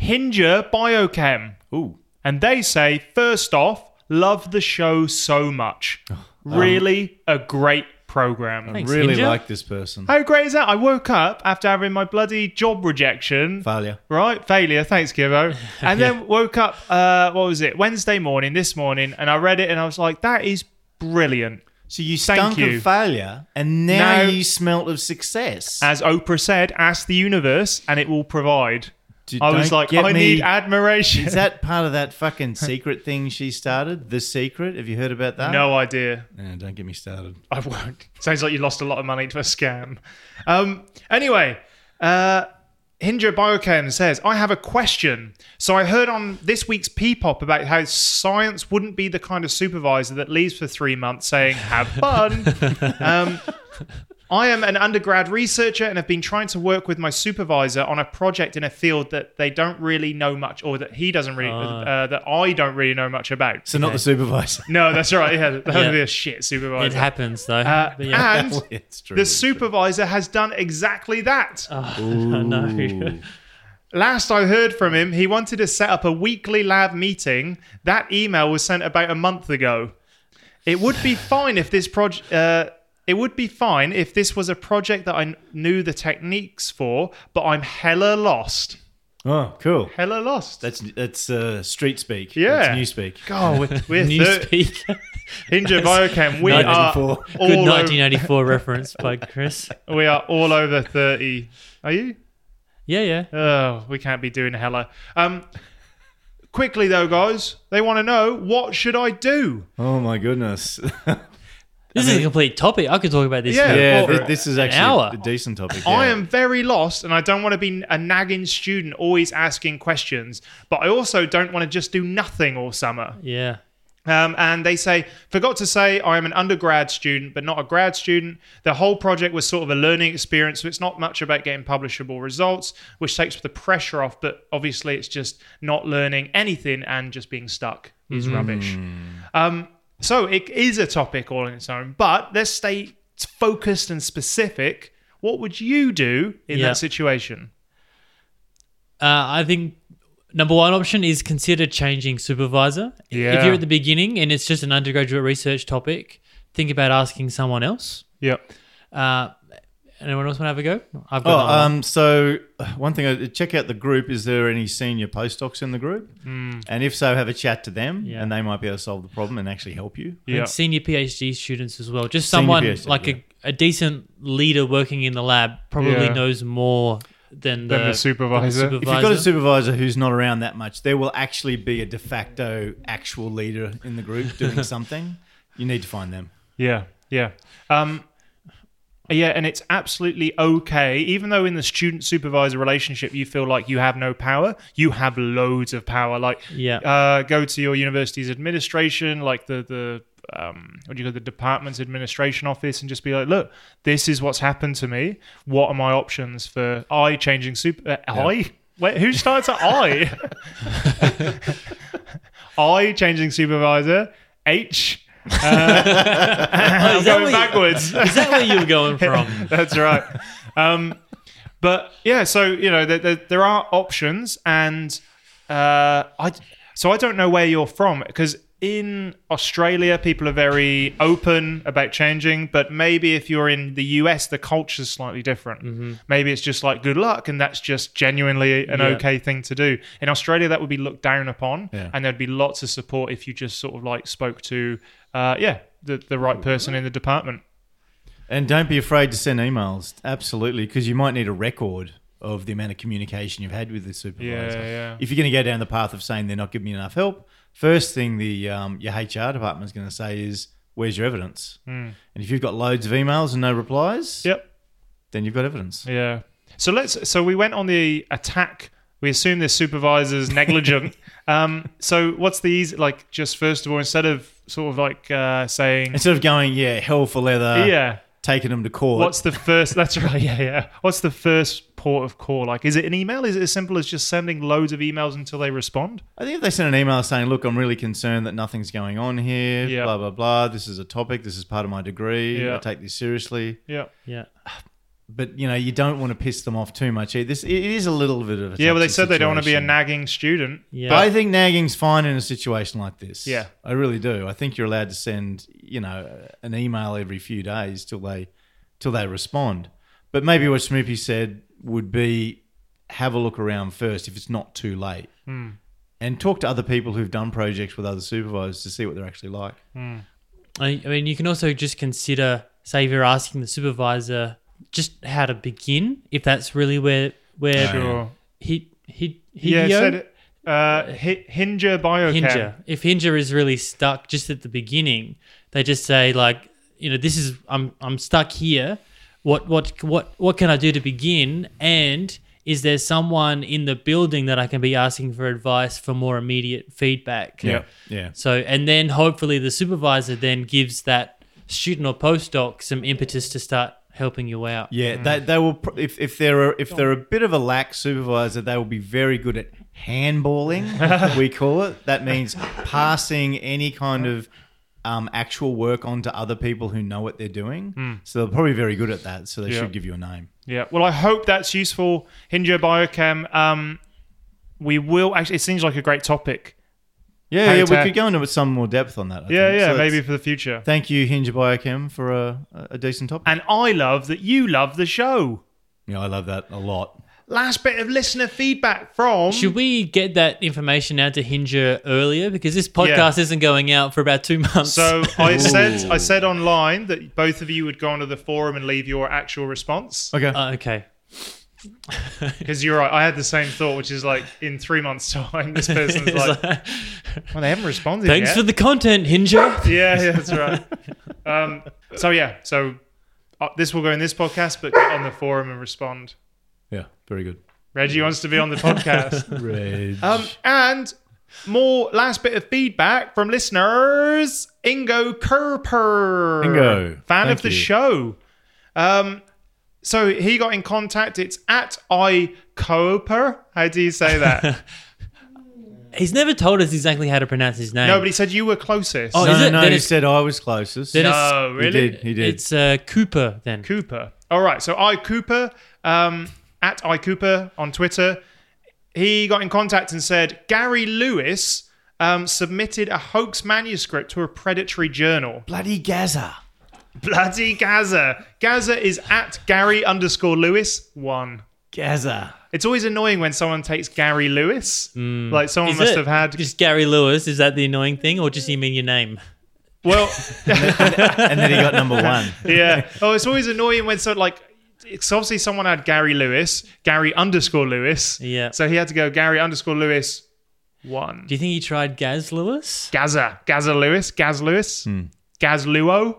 S3: Hinger Biochem.
S1: Ooh,
S3: And they say, first off, love the show so much.
S1: Oh,
S3: Really a great program.
S4: Thanks,
S1: really
S4: Ginger.
S1: like this person.
S3: How great is that? I woke up after having my bloody job rejection.
S1: Failure.
S3: Right, failure. Thanks, Gibbo. And then woke up. Uh, what was it? Wednesday morning, this morning, and I read it, and I was like, "That is brilliant."
S1: So you
S3: Thank
S1: stunk
S3: you.
S1: of failure, and now
S3: Now-
S1: you smelt of success.
S3: As Oprah said, "Ask the universe, and it will provide."
S1: D-
S3: I was
S1: don't
S3: like,
S1: get
S3: "I
S1: me-
S3: need admiration."
S1: Is that part of that fucking secret thing she started? The secret? Have you heard about that?
S3: no idea.
S1: Yeah, don't get me started.
S3: I won't. Sounds like you lost a lot of money to a scam. Um, anyway, uh, Hinder Biochem says, I have a question. So I heard on this week's Peepop about how science wouldn't be the kind of supervisor that leaves for three months saying, have fun. um, I am an undergrad researcher and have been trying to work with my supervisor on a project in a field that they don't really know much, or that he doesn't really, uh,
S4: Ah.
S3: that I don't really know much about.
S1: So not the supervisor.
S3: no, that's all right. Yeah, that would
S4: Yeah.
S3: be a shit supervisor.
S4: It happens though.
S3: Uh,
S4: But
S1: ah.
S4: yeah.
S3: And
S1: it's true.
S3: the supervisor has done exactly that.
S4: Oh, no.
S3: Last I heard from him, he wanted to set up a weekly lab meeting. That email was sent about a month ago. It would be fine if this project. Uh, it would be fine if this was a project that I kn- knew the techniques for, but I'm hella lost.
S1: oh, cool.
S3: Hella lost.
S1: That's that's uh, street speak.
S3: Yeah.
S1: That's new speak.
S3: God, we're, we're thir-
S4: Newspeak.
S3: Hinge Biochem. We
S1: 1984.
S3: are all
S1: Good
S4: Good
S3: over,
S4: 1984 reference by Chris.
S3: we are all over thirty. Are you?
S4: Yeah, yeah.
S3: Oh, we can't be doing hella. Um, quickly though, guys, they want to know what should I do?
S1: Oh my goodness.
S4: This is a complete topic. I could talk about this.
S3: Yeah.
S4: for-
S1: yeah,
S3: for
S1: thi- this is
S4: an
S1: actually
S4: hour.
S1: a decent topic.
S3: I
S1: yeah.
S3: am very lost, and I don't want to be a nagging student always asking questions. But I also don't want to just do nothing all summer.
S4: Yeah.
S3: Um, and they say, forgot to say, I am an undergrad student, but not a grad student. The whole project was sort of a learning experience, so it's not much about getting publishable results, which takes the pressure off. But obviously, it's just not learning anything and just being stuck is rubbish. Um, so it is a topic all on its own, but let's stay focused and specific. What would you do in
S4: Yeah.
S3: that situation?
S4: Uh, I think number one option is consider changing supervisor.
S3: Yeah.
S4: If you're at the beginning and it's just an undergraduate research topic, think about asking someone else.
S3: Yeah.
S4: Uh, anyone else want to have a go? I've
S1: Oh,
S4: got another one.
S1: um, so uh, one thing, I check out the group. Is there any senior postdocs in the group? And if so, have a chat to them,
S4: Yeah.
S1: and they might be able to solve the problem and actually help you.
S3: Yeah.
S4: and senior PhD students as well. Just
S1: Senior
S4: someone
S1: PhD,
S4: like a, a decent leader working in the lab probably
S3: Yeah.
S4: knows more than the,
S3: Than the supervisor. If you've
S1: If you've got a supervisor who's not around that much, there will actually be a de facto actual leader in the group doing something. You need to find them.
S3: Yeah, yeah. Um, yeah, and it's absolutely okay, even though in the student supervisor relationship you feel like you have no power, you have loads of power. Like,
S4: Yeah.
S3: uh, go to your university's administration, like the, the, um, what do you call it, the department's administration office, and just be like, look, this is what's happened to me. What are my options for I changing super? Uh, I? Where, who starts at I? I changing supervisor. H.
S4: Oh,
S3: I'm
S4: is, that
S3: going
S4: where you-
S3: backwards.
S4: is that where you were going from?
S3: That's right. Um, but yeah, so you know, there, there, there are options, and uh, I so I don't know where you're from because in Australia, people are very open about changing, but maybe if you're in the US, the culture's slightly different. Maybe it's just like good luck, and that's just genuinely an
S4: Yeah.
S3: okay thing to do. In Australia, that would be looked down upon,
S1: Yeah.
S3: and there'd be lots of support if you just sort of like spoke to, uh, yeah, the, the right person in the department.
S1: And don't be afraid to send emails. Absolutely, because you might need a record of the amount of communication you've had with the supervisor.
S3: Yeah, yeah.
S1: If you're going to go down the path of saying they're not giving you enough help, first thing the um, your HR department is going to say is, "Where's your evidence?" And if you've got loads of emails and no replies,
S3: Hmm. Yep.
S1: then you've got evidence.
S3: Yeah. So let's. So we went on the attack. We assume this supervisor's negligent. Um, so what's the easy, like? Just first of all, instead of sort of like uh, saying,
S1: Instead of going, "Yeah, hell for leather,"
S3: yeah.
S1: taking them to court.
S3: What's the first? That's right. Yeah, yeah. What's the first port of call? Like, is it an email? Is it as simple as just sending loads of emails until they respond?
S1: I think if they send an email saying, "Look, I'm really concerned that nothing's going on here,"
S3: Yeah.
S1: blah blah blah. This is a topic. This is part of my degree.
S3: Yeah.
S1: I take this seriously.
S3: Yeah.
S4: Yeah.
S1: but you know you don't want to piss them off too much. This it is a little bit of a
S3: Yeah. Well, they
S1: touchy
S3: said they don't want to be a
S1: situation.
S3: nagging student.
S4: Yeah.
S1: But I think nagging's fine in a situation like this.
S3: Yeah.
S1: I really do. I think you're allowed to send you know an email every few days till they till they respond. But maybe what Smoopy said would be have a look around first if it's not too late,
S3: Hmm.
S1: and talk to other people who've done projects with other supervisors to see what they're actually like.
S4: I, I mean, you can also just consider, say, if you're asking the supervisor just how to begin, if that's really where where
S3: Sure.
S4: he he he
S3: Yeah. it Said it. Uh, Hi- Hinger Biochem.
S4: Hinger. If Hinger is really stuck just at the beginning, they just say like, you know, this is I'm I'm stuck here. What what what what can I do to begin? And is there someone in the building that I can be asking for advice for more immediate feedback?
S1: yeah.
S4: So and then hopefully the supervisor then gives that student or postdoc some impetus to start helping you out.
S1: Yeah, they, they will. pr- If, if they're a, if they're a bit of a lax supervisor, they will be very good at handballing. we call it. That means passing any kind of um, actual work on to other people who know what they're doing. So they're probably very good at that. So they
S3: Yeah.
S1: should give you a name.
S3: Yeah. Well, I hope that's useful, Hinjo Biochem. Um, we will actually. It seems like a great topic.
S1: Yeah,
S3: Hey,
S1: yeah.
S3: Ted.
S1: We could go into some more depth on that. I
S3: Yeah,
S1: think. So
S3: yeah.
S1: that's-
S3: maybe for the future.
S1: Thank you, Hinge Biochem, for a, a decent topic.
S3: And I love that you love the show.
S1: Yeah, I love that a lot.
S3: Last bit of listener feedback from.
S4: Should we get that information out to Hinger earlier? Because this podcast isn't going out for about two months.
S3: so I said I said online that both of you would go onto the forum and leave your actual response
S1: Okay.
S4: Uh, okay.
S3: because you're right. I had the same thought, which is like in three months' time, this person's
S4: It's
S3: like,
S4: like,
S3: well, they haven't responded
S4: Thanks
S3: yet.
S4: for the content, Hinger.
S3: yeah, yeah, that's right. Um, so yeah, so uh, this will go in this podcast, but get on the forum and respond.
S1: yeah. Very good.
S3: Reggie wants to be on the podcast.
S1: Reg.
S3: Mm. Um, and more last bit of feedback from listeners Ingo Kerper.
S1: Ingo,
S3: Fan
S1: thank
S3: of the
S1: you.
S3: show. Um, so he got in contact. It's at I Coper. How do you say that?
S4: He's never told us exactly how to pronounce his name.
S3: no, but he said you were closest.
S4: Oh,
S1: no,
S4: is
S1: no,
S4: it-
S1: no.
S4: then
S1: He
S4: it's-
S1: said I was closest.
S4: then it's-
S3: no,
S1: He
S3: really?
S1: did. He did.
S4: it's uh, Cooper then.
S3: Cooper. All right. So I Cooper um, at I Cooper on Twitter. He got in contact and said Gary Lewis um, submitted a hoax manuscript to a predatory journal.
S1: Bloody Gaza.
S3: Bloody Gaza. Gaza is at Gary underscore Lewis one.
S1: Gaza.
S3: It's always annoying when someone takes Gary Lewis. Like someone
S4: Hmm. Is
S3: must
S4: it
S3: have had.
S4: just Gary Lewis? Is that the annoying thing, or just you mean your name?
S3: Well,
S1: and then he got number one.
S3: yeah. Oh, it's always annoying when someone like it's obviously someone had Gary Lewis, Gary underscore Lewis.
S4: Yeah.
S3: So he had to go Gary underscore Lewis one.
S4: Do you think he tried Gaz Lewis?
S3: Gaza, Gaza Lewis, Gaz Lewis, Gaz Luo.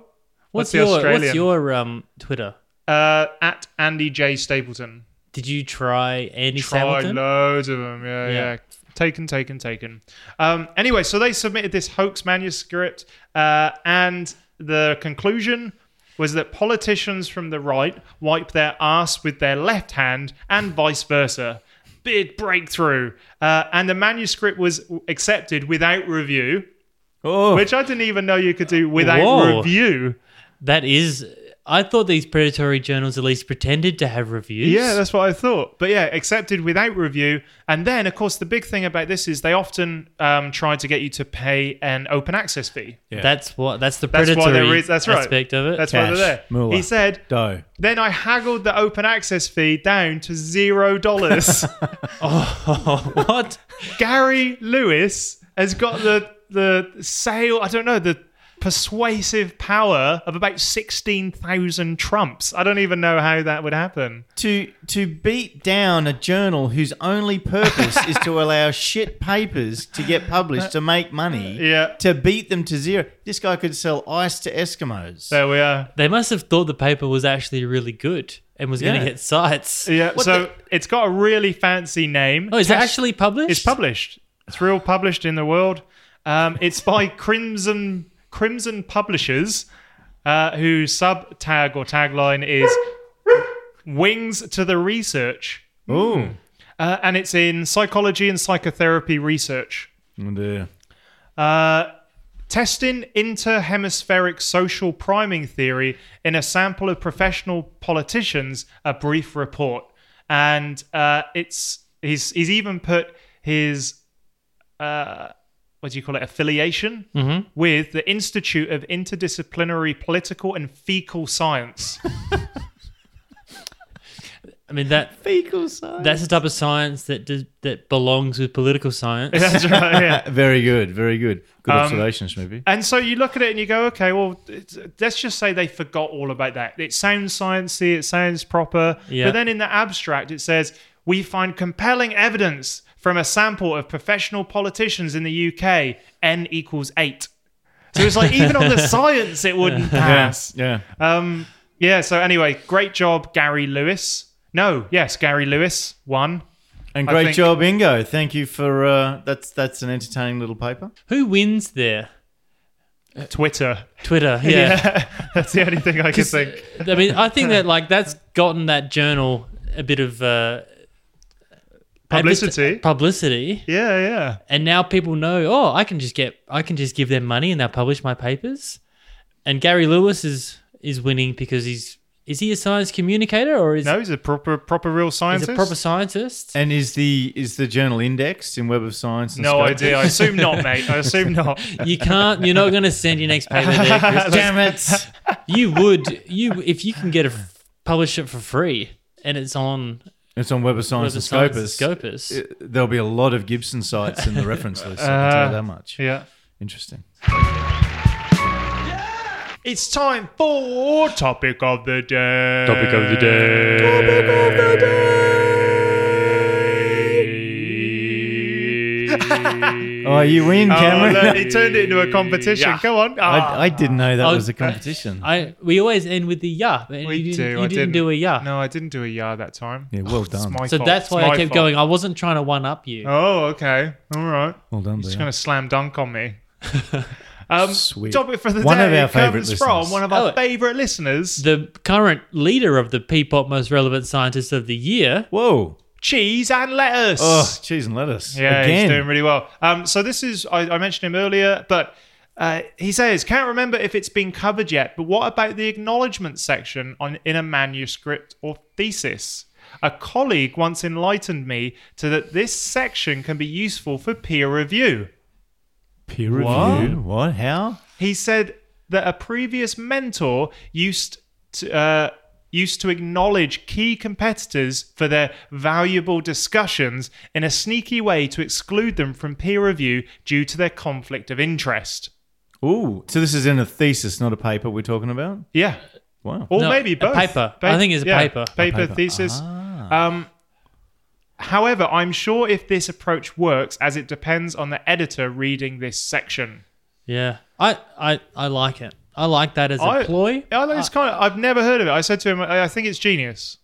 S4: What's
S3: the
S4: your What's
S3: Australian?
S4: your um Twitter?
S3: Uh, at Andy J Stapleton.
S4: Did you try Andy
S3: Tried
S4: Stapleton?
S3: Oh, loads of them. Yeah, yeah.
S4: Yeah.
S3: Taken, taken, taken. Um, anyway, so they submitted this hoax manuscript, uh, and the conclusion was that politicians from the right wipe their ass with their left hand and vice versa. Big breakthrough. Uh, and the manuscript was accepted without review,
S1: Oh,
S3: which I didn't even know you could do without
S4: Whoa.
S3: review.
S4: That is. I thought these predatory journals at least pretended to have reviews.
S3: Yeah, that's what I thought. But yeah, accepted without review. And then, of course, the big thing about this is they often um, try to get you to pay an open access fee.
S1: Yeah.
S4: that's what. That's the
S3: That's
S4: predatory
S3: why there is. That's right.
S4: aspect of it.
S3: That's why
S1: Cash,
S3: they're there.
S1: moolah.
S3: He said,
S1: dough.
S3: then I haggled the open access fee down to zero dollars.
S4: what?
S3: Gary Lewis has got the the sale. I don't know the persuasive power of about sixteen thousand trumps. I don't even know how that would happen.
S1: To to beat down a journal whose only purpose is to allow shit papers to get published to make money.
S3: Yeah.
S1: To beat them to zero. This guy could sell ice to Eskimos.
S3: There we are.
S4: They must have thought the paper was actually really good and was going
S1: Yeah.
S4: to get sites.
S3: Yeah.
S1: What
S3: so
S1: the-
S3: it's got a really fancy name.
S4: Oh, is it
S3: Test-
S4: actually published?
S3: It's published. It's real published in the world. Um, it's by Crimson Crimson Publishers, uh, whose sub tag or tagline is "Wings to the Research,"
S1: Ooh.
S3: uh, and it's in psychology and psychotherapy research.
S1: Oh, dear.
S3: Uh, testing interhemispheric social priming theory in a sample of professional politicians. A brief report, and uh, it's he's he's even put his uh, what do you call it affiliation with the Institute of Interdisciplinary Political and Fecal Science.
S4: I mean that
S1: Fecal science.
S4: that's the type of science that does, that belongs with political science.
S3: That's right. Yeah.
S1: Uh, Very good. Very good. Good
S3: Um,
S1: observation, Smithy.
S3: And so you look at it and you go, okay, well, it's, let's just say they forgot all about that. It sounds sciencey, it sounds proper,
S4: Yeah.
S3: but then in the abstract it says we find compelling evidence from a sample of professional politicians in the UK. N equals eight. So it's like even on the science it wouldn't pass.
S1: Yeah.
S3: Um, yeah. So anyway, great job, Gary Lewis. No, yes, Gary Lewis one.
S1: And
S3: I
S1: great
S3: think-
S1: job, Ingo. Thank you for uh, that's that's an entertaining little paper.
S4: Who wins there?
S3: Twitter.
S4: Twitter. Yeah.
S3: That's the only thing I can think.
S4: I mean, I think that like that's gotten that journal a bit of uh,
S3: Publicity.
S4: advert- publicity,
S3: Yeah, yeah.
S4: and now people know. Oh, I can just get, I can just give them money, and they'll publish my papers. And Gary Lewis is is winning because he's is he a science communicator or is
S3: No, he's a proper, proper real
S4: he's
S3: scientist.
S4: a proper scientist?
S1: And is the is the journal indexed in Web of Science? And
S3: No
S1: Scope?
S3: idea. I assume not, mate. I assume not.
S4: You can't. You're not going to send your next paper there. Chris.
S1: Damn it!
S4: You would. You if you can get a publish it for free, and it's on
S1: It's on Web of Science
S4: Web of
S1: and
S4: Science and
S1: Scopus.
S4: Scopus.
S1: Uh, There'll be a lot of Gibson sites in the reference list. I can tell you that much.
S3: Uh, Yeah.
S1: Interesting.
S3: It's time for topic of the day.
S4: Topic of the day.
S3: Topic of the day.
S1: Oh, you win, Cameron.
S3: look, he turned it into a competition. Come on. Ah.
S1: I, I didn't know that
S4: Oh,
S1: was a competition.
S4: I we always end with the yeah, but
S3: We
S4: you
S3: do,
S4: didn't, you
S3: I
S4: didn't,
S3: didn't.
S4: do a yeah.
S3: no, I didn't do a yard that time.
S1: yeah, well
S3: It's
S1: done.
S3: my
S4: So
S3: fault.
S4: that's
S3: It's
S4: why
S3: my
S4: I kept
S3: fault.
S4: going. I wasn't trying to one up you.
S3: Oh, okay. All right.
S1: Well done,
S3: He's
S1: Leo.
S3: going to slam dunk on me. Um,
S1: Sweet.
S3: topic for the
S1: One
S3: day
S1: of our favourite
S3: comes from
S1: listeners.
S3: one of our
S4: Oh.
S3: favourite listeners.
S4: The current leader of the Peapod Most Relevant Scientist of the Year.
S1: Whoa!
S3: cheese and lettuce.
S1: Oh, cheese and lettuce.
S3: yeah,
S1: Again.
S3: he's doing really well. Um, so this is I, I mentioned him earlier, but uh, he says can't remember if it's been covered yet. But what about the acknowledgement section on in a manuscript or thesis? A colleague once enlightened me to that this section can be useful for peer review.
S1: Peer review. What? How?
S3: He said that a previous mentor used to, uh, used to acknowledge key competitors for their valuable discussions in a sneaky way to exclude them from peer review due to their conflict of interest.
S1: Ooh. So this is in a thesis, not a paper we're talking about?
S3: Yeah.
S1: Wow.
S3: Or
S4: No,
S3: maybe
S4: a
S3: both.
S4: paper.
S3: Pa-
S4: I think it's a paper. Ah. A
S3: Paper,
S1: paper.
S3: thesis. Um, however, I'm sure if this approach works, as it depends on the editor reading this section.
S4: Yeah, I I, I like it. I like that as a
S3: I-
S4: ploy.
S3: I like- it's kind of, I've never heard of it. I said to him, I I think it's genius.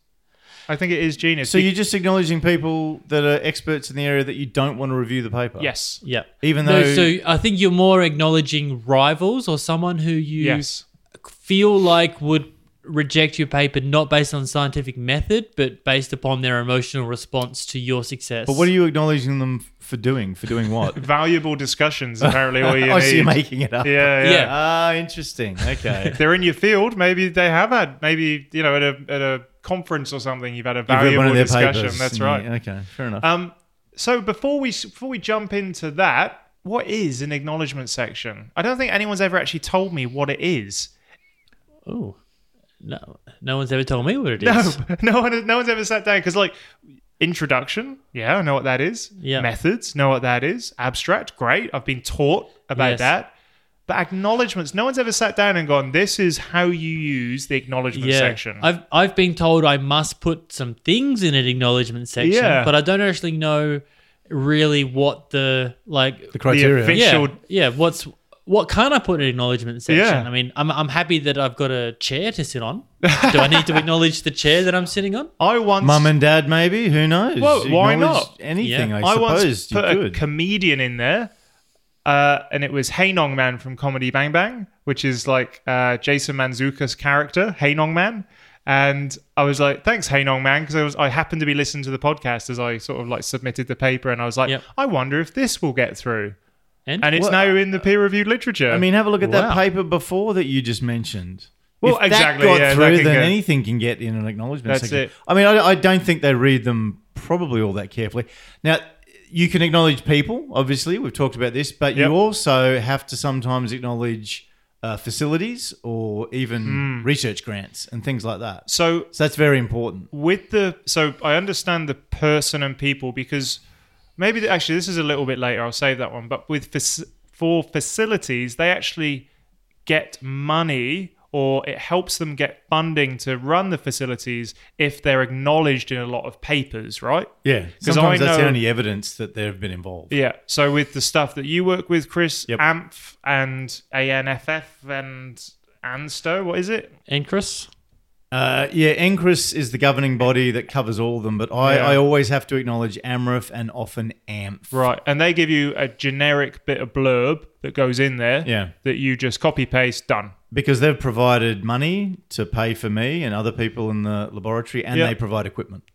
S3: I think it is genius.
S1: So
S3: Be-
S1: you're just acknowledging people that are experts in the area that you don't want to review the paper.
S3: yes.
S4: Yeah.
S1: Even
S4: No,
S1: though-
S4: so I think you're more acknowledging rivals or someone who you
S3: Yes.
S4: feel like would reject your paper not based on scientific method, but based upon their emotional response to your success.
S1: But what are you acknowledging them for doing? For doing what?
S3: Valuable discussions, apparently, all you
S1: I
S3: need.
S1: see you making it up.
S3: yeah, yeah.
S4: Yeah.
S1: Ah, interesting. Okay.
S3: If they're in your field, maybe they have had, maybe, you know, at a, at a conference or something, you've had a
S1: You've read
S3: valuable discussion. That's
S1: and
S3: right.
S1: you- okay, fair enough.
S3: Um, so before we before we jump into that, what is an acknowledgement section? I don't think anyone's ever actually told me what it is.
S4: Oh, no, no one's ever told me what it is.
S3: No, no one, no one's ever sat down because like introduction, yeah, I know what that is.
S4: Yeah.
S3: Methods, know what that is. Abstract, great. I've been taught about
S4: Yes.
S3: that. But acknowledgements, no one's ever sat down and gone, this is how you use the acknowledgement
S4: Yeah,
S3: section.
S4: I've I've been told I must put some things in an acknowledgement section,
S3: Yeah.
S4: but I don't actually know really what the like
S1: the
S3: criteria.
S1: criteria.
S3: official-
S4: yeah,
S3: Sure.
S4: yeah. What's what can I put in acknowledgement section?
S3: Yeah.
S4: I mean, I'm I'm happy that I've got a chair to sit on. Do I need to acknowledge the chair that I'm sitting on?
S3: I once
S1: Mum and dad, maybe. Who knows?
S3: Well, why
S1: Acknowledge
S3: not?
S1: Anything,
S4: Yeah.
S1: I,
S3: I once
S1: suppose
S3: put
S1: you
S3: a
S1: could.
S3: comedian in there, uh, and it was Hey Nong Man from Comedy Bang Bang, which is like uh, Jason Manzuka's character, Hey Nong Man. And I was like, "Thanks, Hey Nong Man," because I was I happened to be listening to the podcast as I sort of like submitted the paper, and I was like,
S4: Yep.
S3: "I wonder if this will get through."
S4: And,
S3: And it's
S1: Well,
S3: now in the peer reviewed literature.
S1: I mean, have a look at
S4: Wow.
S1: that paper before that you just mentioned.
S3: Well,
S1: if that
S3: exactly,
S1: got
S3: yeah, that
S1: through,
S3: can
S1: then
S3: go-
S1: anything can get in an acknowledgement
S3: That's
S1: section.
S3: it.
S1: I mean, I, I don't think they read them probably all that carefully. Now, you can acknowledge people, obviously. We've talked about this, but
S3: Yep.
S1: you also have to sometimes acknowledge uh, facilities or even
S3: Hmm.
S1: research grants and things like that.
S3: so
S1: So that's very important.
S3: with the so I understand the person and people because maybe the, actually this is a little bit later. I'll save that one. But with fac- for facilities, they actually get money or it helps them get funding to run the facilities if they're acknowledged in a lot of papers, right?
S1: Yeah,
S3: 'Cause
S1: sometimes
S3: I
S1: that's
S3: know-
S1: the only evidence that they've been involved.
S3: Yeah. So with the stuff that you work with, Chris,
S1: Yep.
S3: AMF and ANFF and ANSTO, what is it?
S4: and Chris,
S1: Uh, yeah, NCRIS is the governing body that covers all of them, but I,
S3: Yeah.
S1: I always have to acknowledge AMRIF and often AMF.
S3: Right. And they give you a generic bit of blurb that goes in there
S1: Yeah.
S3: that you just copy paste, done.
S1: Because they've provided money to pay for me and other people in the laboratory, and
S3: Yeah.
S1: they provide equipment.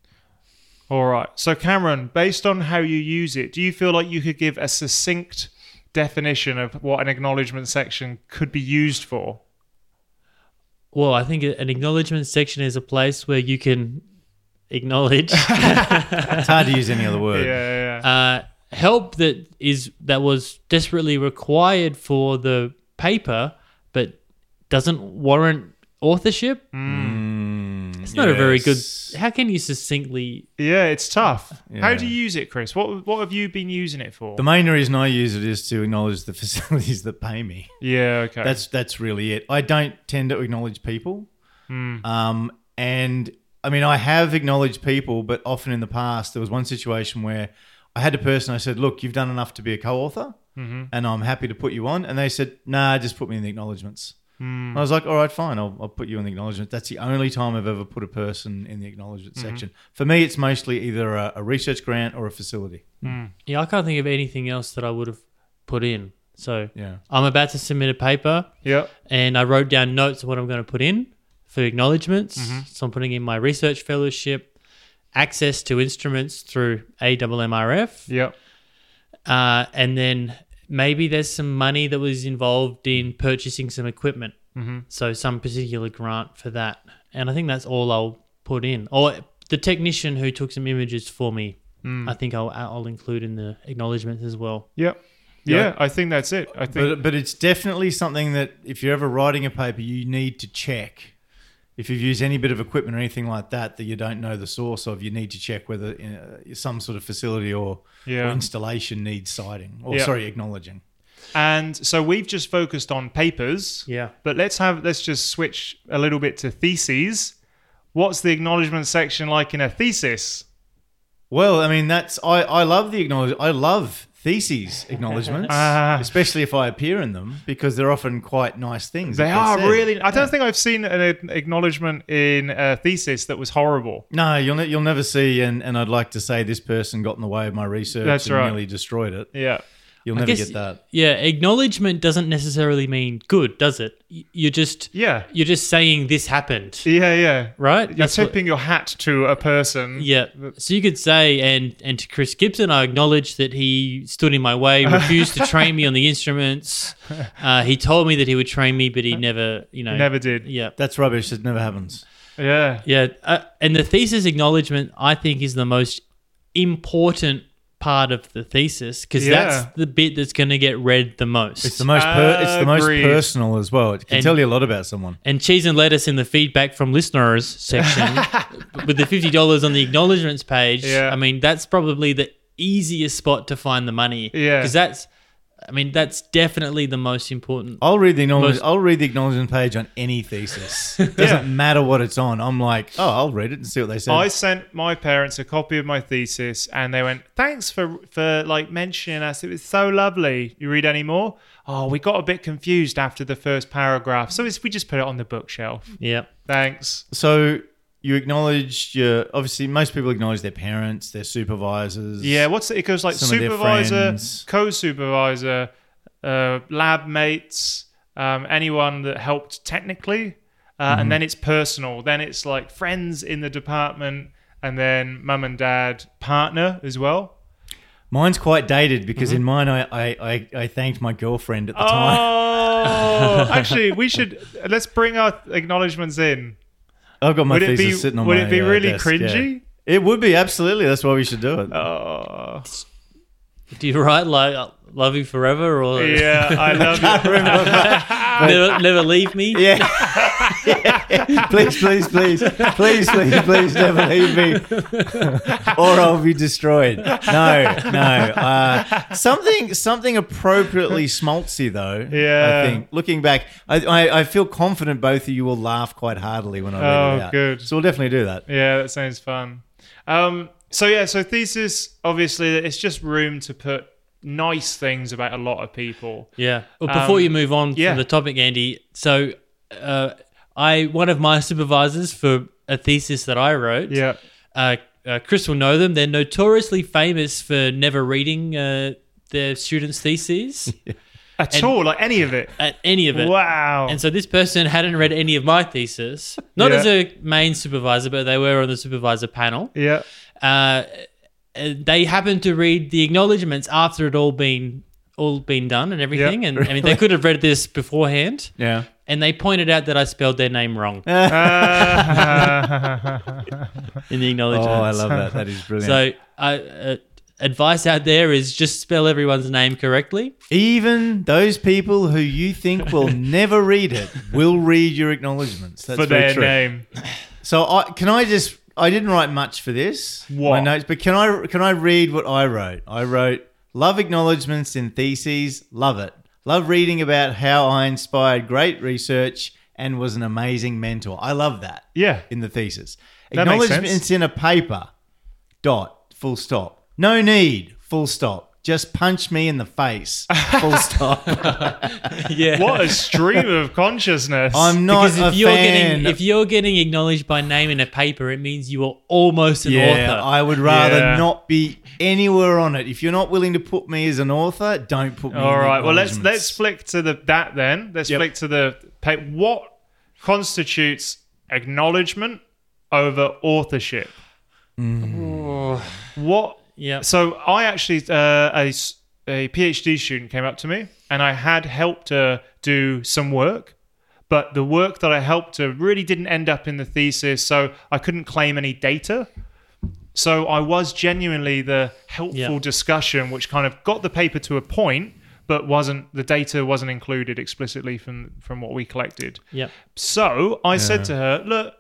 S3: All right. So, Cameron, based on how you use it, do you feel like you could give a succinct definition of what an acknowledgement section could be used for?
S4: well, I think an acknowledgement section is a place where you can acknowledge
S1: It's hard to use any other
S3: Yeah,
S1: word.
S3: yeah, yeah.
S4: uh, help that is that was desperately required for the paper, but doesn't warrant authorship. it's not a very good.
S1: Mm, yes.
S4: How can you succinctly?
S3: Yeah, it's tough. How
S1: Yeah.
S3: do you use it, Chris? What What have you been using it for?
S1: The main reason I use it is to acknowledge the facilities that pay me.
S3: yeah, okay.
S1: That's that's really it. I don't tend to acknowledge people. Um, and I mean, I have acknowledged people, but often in the past, there was one situation where I had a person. I said, "Look, you've done enough to be a co-author, and I'm happy to put you on." And they said, "Nah, just put me in the acknowledgements." And I was like, "All right, fine. I'll, I'll put you in the acknowledgement." That's the only time I've ever put a person in the acknowledgement section. For me, it's mostly either a, a research grant or a facility.
S4: Yeah, I can't think of anything else that I would have put in. So
S1: Yeah.
S4: I'm about to submit a paper,
S3: yeah.
S4: and I wrote down notes of what I'm going to put in for acknowledgements. So I'm putting in my research fellowship, access to instruments through AWMRF.
S3: Yeah.
S4: uh, and then maybe there's some money that was involved in purchasing some equipment. Mm-hmm. So some particular grant for that, and I think that's all I'll put in. Or the technician who took some images for me, I think I'll I'll include in the acknowledgements as well.
S3: Yeah. Yeah, I think that's it. I think
S1: But, but it's definitely something that if you're ever writing a paper, you need to check. If you've used any bit of equipment or anything like that that you don't know the source of, you need to check whether uh, some sort of facility or, or
S3: Yeah.
S1: installation needs citing or
S3: Yeah.
S1: sorry acknowledging.
S3: And so we've just focused on papers.
S4: Yeah.
S3: But let's have let's just switch a little bit to theses. What's the acknowledgement section like in a thesis?
S1: Well, I mean, that's I, I love the acknowledge. I love theses acknowledgements,
S3: Ah.
S1: especially if I appear in them because they're often quite nice things. that
S3: They
S1: get
S3: are
S1: said.
S3: really. I don't think I've seen an ad- acknowledgement in a thesis that was horrible.
S1: No, you'll ne- you'll never see. And, and I'd like to say this person got in the way of my research
S3: That's
S1: and
S3: right.
S1: nearly destroyed it.
S3: Yeah.
S1: You'll
S4: I
S1: never
S4: guess-
S1: get that.
S4: Yeah, acknowledgement doesn't necessarily mean good, does it? Y- You're just
S3: Yeah.
S4: you're just saying this happened,
S3: Yeah. Yeah.
S4: right?
S3: You're
S4: That's what-
S3: tipping your hat to a person.
S4: yeah. So you could say, and and to Chris Gibson, I acknowledge that he stood in my way, refused to train me on the instruments. Uh, he told me that he would train me, but he never, you know,
S3: Never did.
S4: Yeah.
S1: That's rubbish. It never happens.
S3: Yeah.
S4: Yeah, uh, and the thesis acknowledgement I think is the most important part of the thesis because
S3: Yeah.
S4: that's the bit that's going to get read the most.
S1: It's the most per- it's the most
S3: Agreed.
S1: personal as well. It can
S4: And-
S1: tell you a lot about someone.
S4: and cheese and lettuce in the feedback from listeners section with the fifty dollars on the acknowledgements page.
S3: Yeah.
S4: I mean that's probably the easiest spot to find the money.
S3: Yeah.
S4: because that's, I mean that's definitely the most important.
S1: I'll read the acknowledge-
S4: Most-
S1: I'll read the acknowledgement page on any thesis. Doesn't matter what it's on. I'm like, oh, I'll read it and see what they say.
S3: I sent my parents a copy of my thesis, and they went, "Thanks for for like mentioning us. It was so lovely. You read any more? Oh, we got a bit confused after the first paragraph, so it's, we just put it on the bookshelf.
S4: Yeah,
S3: Thanks.
S1: so you acknowledge your obviously most people acknowledge their parents, their supervisors.
S3: Yeah, what's it? It goes like
S1: Some of their
S3: supervisor,
S1: friends.
S3: co-supervisor, uh, lab mates, um, anyone that helped technically, uh, and then it's personal. Then it's like friends in the department, and then mum and dad, partner as well.
S1: Mine's quite dated because
S3: Mm-hmm.
S1: in mine I, I, I, I thanked my girlfriend at the time.
S3: Oh, actually, we should let's bring our acknowledgements in.
S1: I've got my
S3: Oh. Would it
S1: thesis
S3: be
S1: sitting on
S3: would
S1: my
S3: it be
S1: uh,
S3: really
S1: desk, yeah.
S3: cringy?
S1: It would be absolutely. That's why we should do it.
S3: Oh,
S4: do you write like "Love You Forever" or
S3: yeah, I love it.
S4: never, "Never Leave Me"?
S1: Yeah. please, please, please, please, please, please, never leave me, or I'll be destroyed. No, no. Uh, something, something appropriately schmaltzy though.
S3: Yeah.
S1: I think looking back, I, I, I feel confident both of you will laugh quite heartily when I read it
S3: Oh,
S1: out.
S3: good.
S1: So we'll definitely do that.
S3: Yeah, that sounds fun. Um, so yeah, so thesis obviously it's just room to put nice things about a lot of people.
S4: Yeah. Well, before you move on
S3: Um, yeah.
S4: from the topic, Andy. So, uh, I one of my supervisors for a thesis that I wrote.
S3: Yeah.
S4: Uh, uh, Chris will know them. They're notoriously famous for never reading uh, their students' theses
S3: At all, like any of it.
S4: at any of it.
S3: Wow.
S4: And so this person hadn't read any of my thesis, not
S3: Yeah.
S4: as a main supervisor, but they were on the supervisor panel.
S3: yeah.
S4: Uh, they happened to read the acknowledgements after it all been all been done and everything, and I mean they could have read this beforehand.
S1: Yeah.
S4: and they pointed out that I spelled their name wrong in the
S1: Oh,
S4: acknowledgement.
S1: I love that. That is brilliant.
S4: So, I uh, advice out there is just spell everyone's name correctly.
S1: Even those people who you think will never read it will read your acknowledgements. That's
S3: for
S1: very
S3: their
S1: true.
S3: name.
S1: So I can I just I didn't write much for this
S3: What?
S1: my notes, but can I can I read what I wrote? I wrote love acknowledgements in theses. Love it. Love reading about how I inspired great research and was an amazing mentor. I love that
S3: Yeah.
S1: in the thesis.
S3: That makes sense.
S1: Acknowledgements in a paper. Dot. Full stop. No need. Full stop. Just punch me in the face. Full stop.
S4: Yeah.
S3: What a stream of consciousness.
S1: I'm not
S4: Because if
S1: a
S4: you're
S1: fan.
S4: getting if you're getting acknowledged by name in a paper, it means you are almost an
S1: Yeah,
S4: author.
S1: I would rather
S3: Yeah.
S1: not be anywhere on it. If you're not willing to put me as an author, don't put me. in
S3: All
S1: the
S3: right. Well, let's let's
S1: acknowledgements.
S3: flick to the that then. Let's
S1: Yep.
S3: flick to the pa- what constitutes acknowledgement over authorship. What?
S4: yeah.
S3: So I actually uh, a s- a PhD student came up to me, and I had helped her do some work, but the work that I helped her really didn't end up in the thesis, so I couldn't claim any data. So I was genuinely the helpful
S4: Yeah.
S3: discussion, which kind of got the paper to a point, but wasn't the data wasn't included explicitly from from what we collected.
S4: yeah.
S3: So I said to her, look,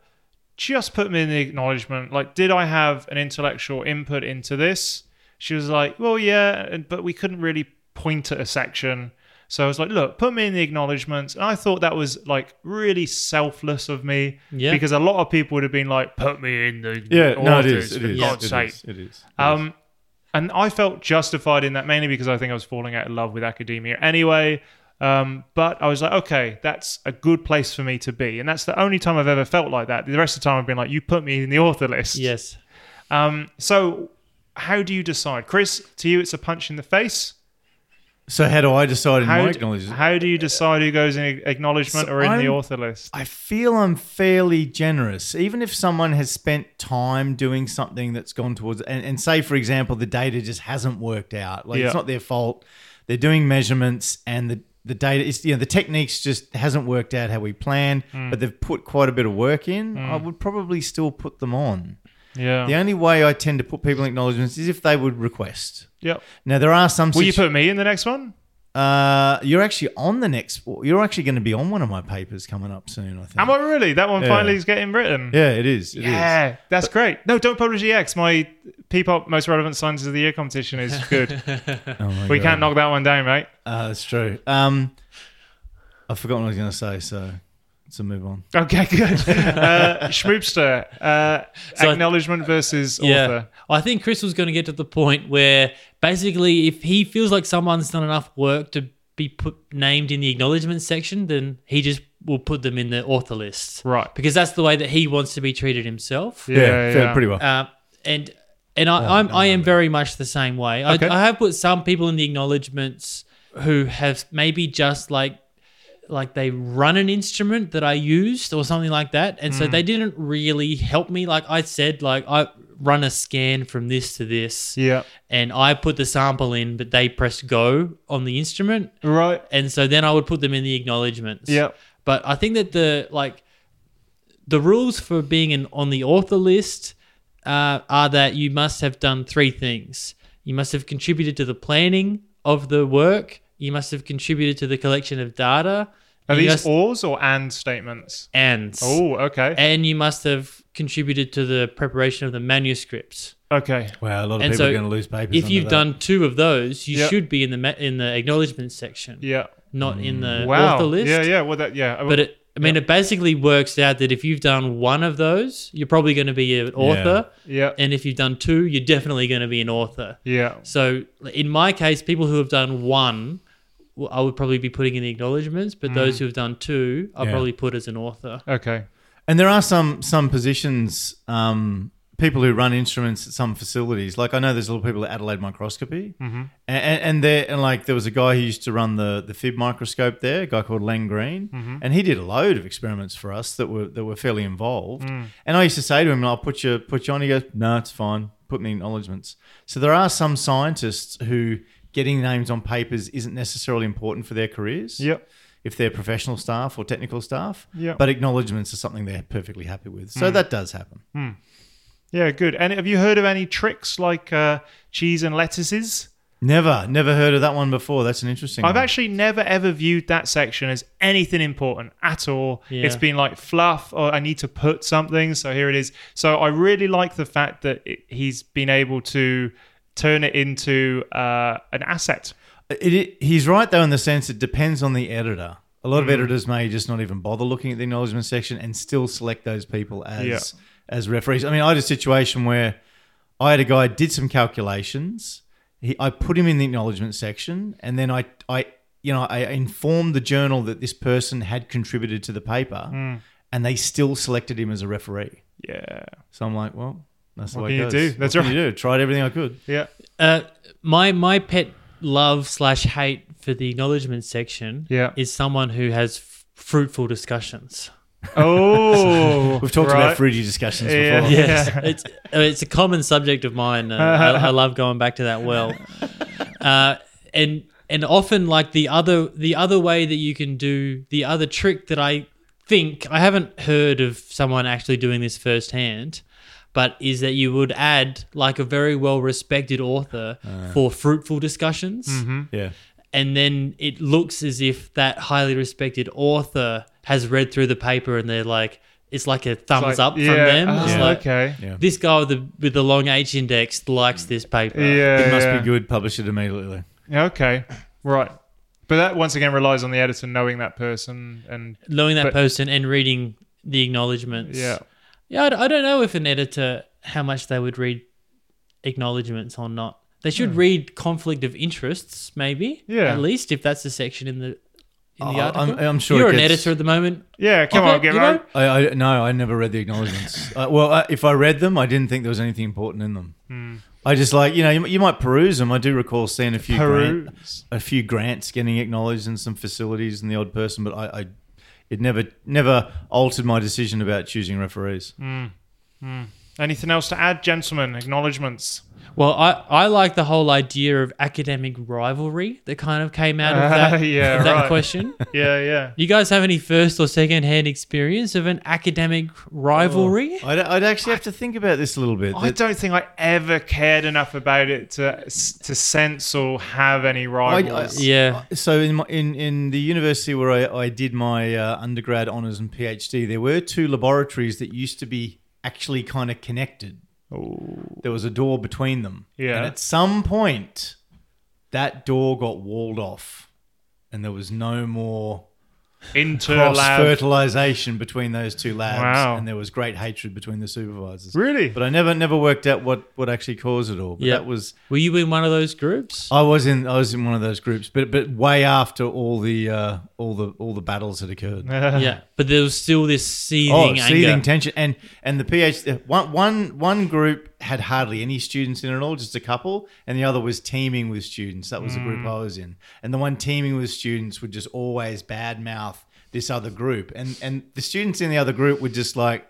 S3: just put me in the acknowledgement. Like, did I have an intellectual input into this? She was like, well, yeah, and- but we couldn't really point at a section. So I was like, look, put me in the acknowledgements. And I thought that was like really selfless of me
S4: Yeah.
S3: because a lot of people would have been like, put me in the
S1: Yeah, no, it
S3: orders,
S1: is. It
S3: for
S1: is.
S3: God's
S1: it
S3: sake.
S1: is, It is.
S3: Um, and I felt justified in that mainly because I think I was falling out of love with academia anyway. Um, but I was like, okay, that's a good place for me to be. And that's the only time I've ever felt like that. The rest of the time I've been like, you put me in the author list.
S4: Yes.
S3: Um, so how do you decide? Chris, to you, it's a punch in the face.
S1: so how do I decide in
S3: How,
S1: my
S3: d-
S1: acknowledgement?
S3: how do you decide who goes in acknowledgement
S1: So
S3: or in the
S1: I'm-
S3: author list?
S1: I feel I'm fairly generous, even if someone has spent time doing something that's gone towards, and, and say, for example, the data just hasn't worked out. Like
S3: Yeah.
S1: it's not their fault. They're doing measurements and the, the data is, you know, the techniques just hasn't worked out how we planned,
S3: Hmm.
S1: but they've put quite a bit of work in. I would probably still put them on.
S3: Yeah.
S1: The only way I tend to put people in acknowledgements is if they would request.
S3: Yep.
S1: Now, there are some.
S3: Will you
S1: situ-
S3: put me in the next one?
S1: uh, you're actually on the next. You're actually going to be on one of my papers coming up soon. I think.
S3: Am I really? That one
S1: Yeah.
S3: finally is getting written.
S1: yeah, it is. It is.
S3: yeah, that's great. No, don't publish EX. My P-pop most relevant sciences of the year competition is good.
S1: Oh my
S3: we
S1: God.
S3: can't knock that one down, right?
S1: Uh, that's true. Um, I forgot what I was going to say, so so move on.
S3: Okay, good. Uh, Schmoopster, uh,
S4: So I-
S3: acknowledgement versus
S4: Yeah.
S3: author.
S4: I think Chris was going to get to the point where basically, if he feels like someone's done enough work to be put named in the acknowledgement section, then he just will put them in the author list.
S3: Right.
S4: Because that's the way that he wants to be treated himself.
S3: Yeah, yeah,
S1: fair- pretty well.
S4: Uh, and and I, I'm, I am very much the same way.
S3: Oh, Okay.
S4: I, I have put some people in the acknowledgements who have maybe just like like they run an instrument that I used or something like that, and
S3: Mm.
S4: so they didn't really help me. Like I said, like I run a scan from this to this,
S3: Yeah.
S4: and I put the sample in, but they pressed go on the instrument,
S3: Right.
S4: and so then I would put them in the acknowledgements.
S3: Yeah.
S4: But I think that the like the rules for being an, on the author list uh, are that you must have done three things. You must have contributed to the planning of the work. You must have contributed to the collection of data.
S3: Are
S4: you
S3: these
S4: must-
S3: ors or and statements?
S4: and
S3: Oh, okay.
S4: and you must have contributed to the preparation of the manuscripts.
S3: Okay.
S1: Wow, a lot of
S4: And
S1: people are
S4: so
S1: going to lose papers.
S4: If
S1: under
S4: you've
S1: that.
S4: done two of those, you
S3: Yeah.
S4: should be in the ma- in the acknowledgement section,
S3: Yeah. Mm.
S4: not in the
S3: Wow.
S4: Uh, author list.
S3: Yeah, yeah. Well, that, yeah.
S4: But it, I mean, it basically works out that if you've done one of those, you're probably going to be an author,
S3: yeah.
S4: and if you've done two, you're definitely going to be an author.
S3: Yeah.
S4: So in my case, people who have done one, well, I would probably be putting in the acknowledgements, but
S3: Mm.
S4: those who have done two, I'll
S1: Yeah.
S4: probably put as an author.
S3: Okay.
S1: and there are some some positions, um, people who run instruments at some facilities. Like I know there's a lot of people at Adelaide Microscopy, mm-hmm. and and there and like there was a guy who used to run the the fib microscope there, a guy called Len Green, and he did a load of experiments for us that were that were fairly involved. And I used to say to him, "I'll put you put you on." He goes, "No, it's fine. Put me in acknowledgements." So there are some scientists who getting names on papers isn't necessarily important for their careers
S3: Yep.
S1: if they're professional staff or technical staff.
S3: Yeah. Mm.
S1: But acknowledgements are something they're perfectly happy with. So that does happen.
S3: Yeah, good. And have you heard of any tricks like uh, cheese and lettuces?
S1: Never, never heard of that one before. That's an interesting
S3: I've
S1: one.
S3: actually never ever viewed that section as anything important at all.
S4: Yeah.
S3: It's been like fluff, or I need to put something, so here it is. So I really like the fact that it, he's been able to turn it into uh, an asset.
S1: It, it- he's right, though, in the sense it depends on the editor. A lot of
S3: Mm-hmm.
S1: editors may just not even bother looking at the acknowledgement section and still select those people as
S3: Yeah.
S1: as referees. I mean, I had a situation where I had a guy did some calculations. He, I put him in the acknowledgement section, and then I, I, you know, I informed the journal that this person had contributed to the paper,
S3: Mm.
S1: and they still selected him as a referee.
S3: Yeah,
S1: So I'm like, well, that's the
S3: What
S1: way
S3: can
S1: it
S3: you
S1: goes.
S3: do? That's
S1: what Can you do tried everything I could.
S3: yeah,
S4: Uh, my my pet love slash hate for the acknowledgement section
S3: Yeah.
S4: is someone who has f- fruitful discussions.
S3: Oh,
S1: We've talked
S3: right.
S1: about fruity discussions
S3: Yeah.
S1: before.
S4: Yes,
S3: Yeah.
S4: it's uh, it's a common subject of mine. Uh, I, I love going back to that well, uh, and and often like the other the other way that you can do the other trick that I think I haven't heard of someone actually doing this firsthand, but is that you would add like a very well respected author
S3: Uh.
S4: for fruitful discussions
S3: Mm-hmm.
S1: yeah.
S4: and then it looks as if that highly respected author has read through the paper and they're like it's like a thumbs
S3: Like,
S4: up
S3: yeah,
S4: from them it's
S3: oh,
S4: like
S3: okay.
S1: Yeah.
S4: this guy with the with the long h index likes this paper
S3: Yeah,
S1: It must
S3: yeah.
S1: be good. Publish it immediately.
S3: Okay, right. But that once again relies on the editor knowing that person and
S4: knowing that
S3: But-
S4: person and reading the acknowledgements.
S3: yeah.
S4: Yeah, I d- I don't know if an editor how much they would read acknowledgements or not. They should read conflict of interests, maybe.
S3: Hmm. Yeah. Uh,
S4: At least if that's the section in the in the
S1: Oh, I'm-
S4: article.
S1: I'm sure it
S4: you're an
S1: gets-
S4: editor at the moment.
S3: Yeah, come
S4: Okay,
S3: on, get
S4: you
S3: right.
S4: know-
S1: I, I no, I never read the acknowledgements. uh, well, I, if I read them, I didn't think there was anything important in them. I just like you know you, you might peruse them. I do recall seeing a few grant,
S3: Peruse.
S1: a few grants getting acknowledged and some facilities and the odd person, but I, I it never never altered my decision about choosing referees.
S3: Anything else to add, gentlemen? Acknowledgements.
S4: Well, I, I like the whole idea of academic rivalry that kind of came out of
S3: Ah,
S4: that,
S3: yeah,
S4: of that
S3: right.
S4: question.
S3: Yeah, yeah.
S4: You guys have any first or second hand experience of an academic rivalry?
S1: I'd, I'd actually have to think about this a little bit.
S3: I
S1: That-
S3: don't think I ever cared enough about it to to sense or have any rivals.
S4: Yeah.
S1: So in my, in in the university where I, I did my uh, undergrad honors and PhD, there were two laboratories that used to be actually kind of connected. There was a door between them.
S3: Yeah.
S1: And at some point, that door got walled off, and there was no more cross
S3: Interlab.
S1: fertilization between those two labs,
S3: Wow.
S1: and there was great hatred between the supervisors.
S3: Really?
S1: But I never never worked out what what actually caused it all. But
S4: Yeah.
S1: that was
S4: Were you in one of those groups?
S1: I was in I was in one of those groups, but but way after all the uh, all the all the battles had occurred.
S4: yeah. But there was still this seething
S1: Oh,
S4: anger.
S1: seething tension, and and the PhD one one one group had hardly any students in at all, just a couple, and the other was teeming with students. That was the
S4: Mm.
S1: group I was in, and the one teeming with students would just always badmouth this other group, and and the students in the other group were just like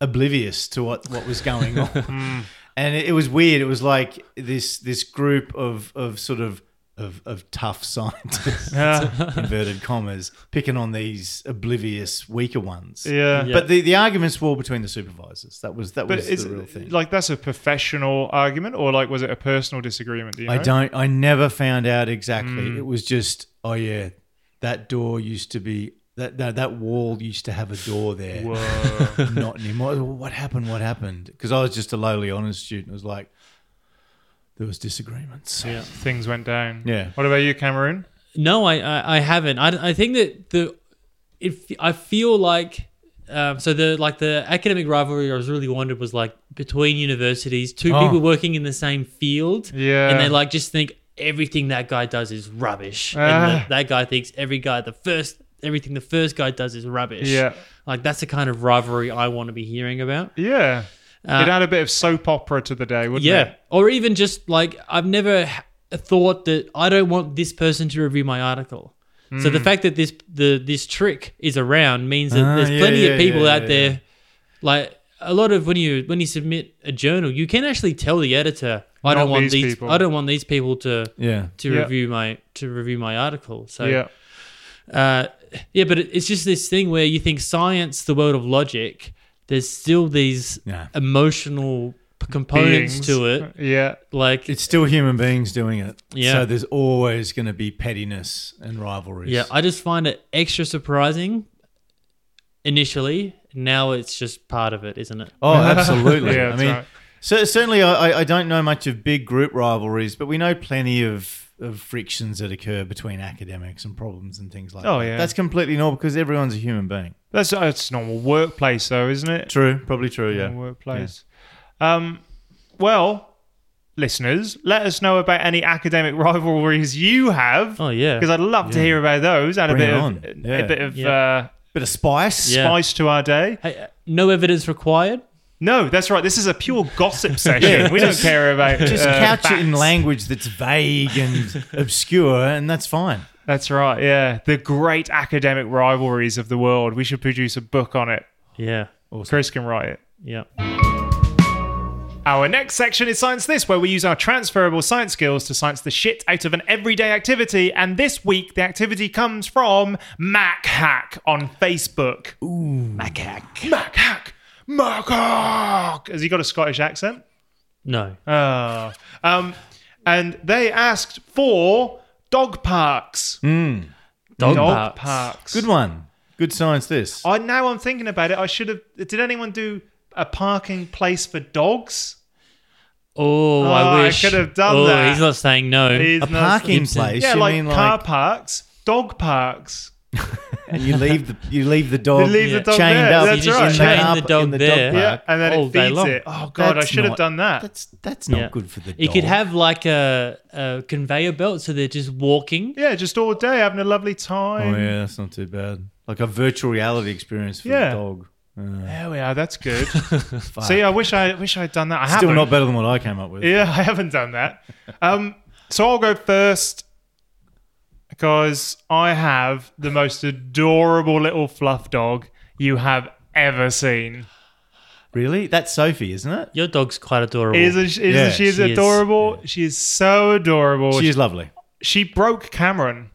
S1: oblivious to what what was going
S4: Mm.
S1: on, and it, it was weird. It was like this this group of of sort of of, of tough scientists, inverted commas, picking on these oblivious weaker ones.
S3: yeah.
S4: Yeah.
S1: But the, the arguments were all between the supervisors. That was that
S3: But
S1: was
S3: it's
S1: the real thing.
S3: like that's a professional argument, or like was it a personal disagreement? Do you know? Mm.
S1: I don't. I never found out exactly. It was just, oh yeah, that door used to be that that, that wall used to have a door there.
S3: Whoa.
S1: Not anymore. Well, What happened? What happened? Because I was just a lowly honors student. It was like there was disagreements.
S4: Yeah.
S3: Things went down.
S1: Yeah.
S3: What about you, Cameroon?
S4: No, I I, I haven't. I, I think that the if I feel like um, so the like the academic rivalry I was really wondered was like between universities, two
S1: Oh.
S4: people working in the same field,
S3: Yeah.
S4: and they like just think everything that guy does is rubbish, and
S3: Ah.
S4: that that guy thinks every guy the first everything the first guy does is rubbish.
S3: Yeah.
S4: like that's the kind of rivalry I want to be hearing about.
S3: Yeah.
S4: Uh,
S3: it had a bit of soap opera to the day, wouldn't
S4: Yeah.
S3: it?
S4: Or even just like, I've never h- thought that I don't want this person to review my article. So
S3: Hmm.
S4: the fact that this the this trick is around means that
S1: Ah,
S4: there's
S1: yeah,
S4: plenty
S1: yeah,
S4: of people
S1: yeah,
S4: out
S1: yeah,
S4: there, like a lot of when you when you submit a journal, you can actually tell the editor, I
S3: Not
S4: don't want
S3: these
S4: these,
S3: people.
S4: I don't want these people to
S1: Yeah.
S4: to
S3: Yeah.
S4: review my to review my article. So
S3: Yeah.
S4: uh, yeah, but it- it's just this thing where you think science, the world of logic, there's still these
S1: Yeah.
S4: emotional p- components
S3: Beings.
S4: to it
S3: Yeah.
S4: like
S1: It's still human beings doing it.
S4: Yeah.
S1: So there's always going to be pettiness and rivalries.
S4: yeah i just find it extra surprising initially now it's just part of it isn't it
S1: Oh, absolutely.
S3: Yeah,
S1: I
S3: that's
S1: mean,
S3: right.
S1: cer- certainly, I, I- I don't know much of big group rivalries, but we know plenty of, of frictions that occur between academics and problems and things like
S3: Oh,
S1: that.
S3: yeah.
S1: That's completely normal because everyone's a human being.
S3: That's that's normal workplace, though, isn't it?
S1: True. Probably true, yeah.
S3: workplace. Um, well, listeners, let us know about any academic rivalries you have.
S4: oh yeah
S3: Because I'd love to hear about those. Add
S1: Bring
S3: a bit
S1: it
S3: of
S1: on.
S3: a
S1: Yeah.
S3: bit of
S4: Yeah.
S3: uh,
S1: Bit of spice.
S4: Yeah.
S3: spice to our day.
S4: Hey, uh, no evidence required
S3: No, that's right. This is a pure gossip session. we don't care about
S1: Just
S3: uh,
S1: couch it in
S3: facts.
S1: language that's vague and obscure, and that's fine.
S3: That's right. Yeah, the great academic rivalries of the world. We should produce a book on it.
S4: yeah
S3: Chris can write it.
S4: yeah
S3: Our next section is Science This, where we use our transferable science skills to science the shit out of an everyday activity. And this week, the activity comes from Mac Hack on Facebook. Ooh, Mac Hack. Mac Hack. Mac Hack. Has he got a Scottish accent?
S4: no
S3: Oh. Um, and they asked for dog parks.
S4: Hmm. dog,
S3: Dog
S4: parks.
S3: parks.
S1: Good one. Good science, this.
S3: I now I'm thinking about it. I should have. Did anyone do a parking place for dogs?
S4: Oh,
S3: Oh,
S4: I
S3: I
S4: wish.
S3: could have done
S4: oh,
S3: that.
S4: He's not saying no.
S3: He's
S1: A
S3: not-
S1: parking
S4: Gibson.
S1: place.
S3: Yeah,
S1: you
S3: like
S1: mean
S3: car
S1: like
S3: parks, dog parks.
S1: and you leave the you leave the dog,
S3: You leave the dog
S1: chained
S3: there,
S1: up.
S3: that's
S1: in
S3: right.
S1: car
S4: Chain the
S1: park-
S4: dog
S1: in the
S4: there.
S1: Dog
S3: Yeah,
S1: park.
S3: and then
S4: All
S3: it
S4: day
S3: feeds
S4: long.
S3: it. Oh god, I
S1: That's
S3: should have
S1: not-
S3: done that.
S1: That's that's not
S4: Yeah.
S1: good for the dog.
S4: You could have like a, a conveyor belt so they're just walking.
S3: yeah, just all day having a lovely
S1: Oh
S3: time.
S1: yeah, that's not too bad. Like a virtual reality experience for
S3: Yeah.
S1: the dog.
S3: There we are. That's good.
S1: Fuck.
S3: See, I wish I wish I'd done that. I
S1: Still
S3: haven't.
S1: not better than what I came up with.
S3: yeah, I haven't done that. Um, so I'll go first because I have the most adorable little fluff dog you have ever seen.
S1: Really? That's Sophie, isn't it?
S4: Your dog's quite adorable.
S3: Isn't, she- isn't
S1: Yeah,
S3: she is
S4: she is.
S3: adorable? She is so adorable.
S1: She is lovely.
S3: she broke Cameron.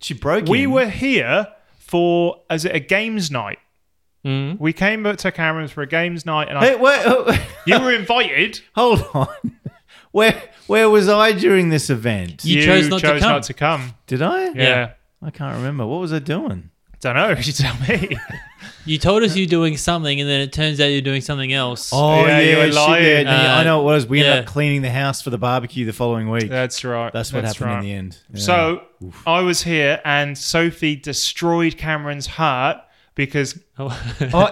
S1: She broke.
S3: We
S1: him.
S3: were here for as a games night.
S4: Mm.
S3: We came up to Cameron's for a games night, and
S1: Hey,
S3: I,
S1: wait, oh,
S3: you were invited.
S1: hold on. Where where was I during this event?
S4: You chose not to come.
S3: not to come.
S1: Did I?
S3: Yeah.
S4: Yeah.
S1: I can't remember. What was I doing?
S3: Don't know. You tell me.
S4: You told us you're doing something, and then it turns out you're doing something else.
S1: Oh
S3: Yeah,
S1: yeah,
S3: you were
S1: shit,
S3: lying.
S1: yeah, yeah,
S4: Uh,
S1: I know what it was. We
S4: yeah.
S1: ended up cleaning the house for the barbecue the following week.
S3: That's right.
S1: That's what happened in the end. Yeah.
S3: So I was here, and Sophie destroyed Cameron's heart because
S1: oh,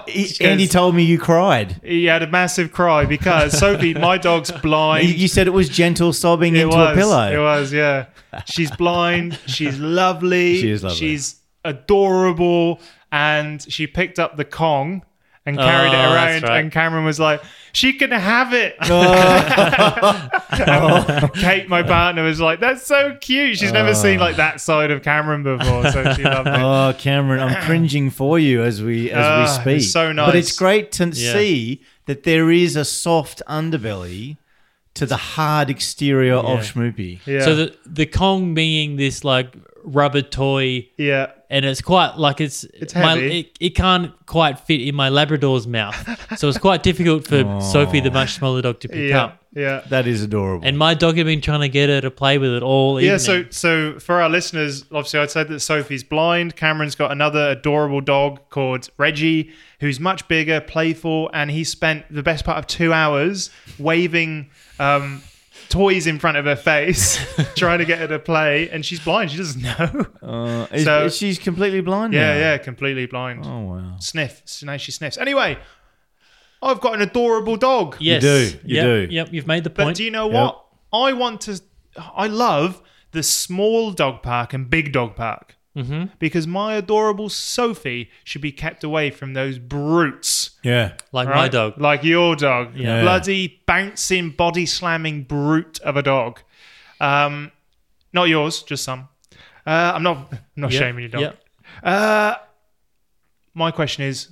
S1: he-
S3: goes-
S1: Andy told me you cried.
S3: he had a massive cry because Sophie, my dog's blind.
S1: You, you said it was gentle sobbing
S3: it
S1: into
S3: was,
S1: a pillow.
S3: It was, yeah. She's blind. She's lovely.
S1: She is lovely.
S3: She's adorable, and she picked up the Kong and carried it
S4: Oh, that's
S3: around.
S4: right.
S3: And Cameron was like, "She can have it." And Kate, my partner, was like, "That's so cute." She's never seen like that side of Cameron before, so she loved it.
S1: Oh, Cameron, I'm cringing for you as we as
S3: Ah, it's
S1: we speak.
S3: so nice.
S1: but it's great to
S4: Yeah.
S1: see that there is a soft underbelly to the hard exterior of
S4: Yeah.
S1: Schmoopy.
S3: Yeah.
S4: So the the Kong being this like rubber toy,
S3: yeah.
S4: and it's quite like it's
S3: It's
S4: my,
S3: heavy.
S4: it, it can't quite fit in my Labrador's mouth, so it's quite difficult for
S1: Oh.
S4: Sophie, the much smaller dog, to pick
S3: Yeah.
S4: up.
S3: Yeah.
S1: That is adorable.
S4: And my dog had been trying to get her to play with it all evening.
S3: Yeah, so so for our listeners, obviously I'd said that Sophie's blind. Cameron's got another adorable dog called Reggie, who's much bigger, playful, and he spent the best part of two hours waving um, toys in front of her face, trying to get her to play, and she's blind. She doesn't know.
S1: uh, is-
S3: so-
S1: is she's completely blind.
S3: Yeah,
S1: now?
S3: yeah, completely blind.
S1: Oh wow.
S3: Sniff. So now she sniffs. Anyway, I've got an adorable dog.
S4: yes,
S1: do, you
S4: Yep,
S1: do.
S4: Yep, you've made the
S3: But
S4: point.
S3: do you know what? I want to. I love the small dog park and big dog park mm-hmm. because my adorable Sophie should be kept away from those brutes.
S1: Yeah.
S4: like my
S3: right?
S4: dog.
S3: like your dog,
S1: Yeah.
S3: bloody bouncing, body slamming brute of a dog. Um, not yours, just some. Uh, I'm not. I'm not
S4: Yep,
S3: shaming your dog.
S4: yep.
S3: Uh, my question is,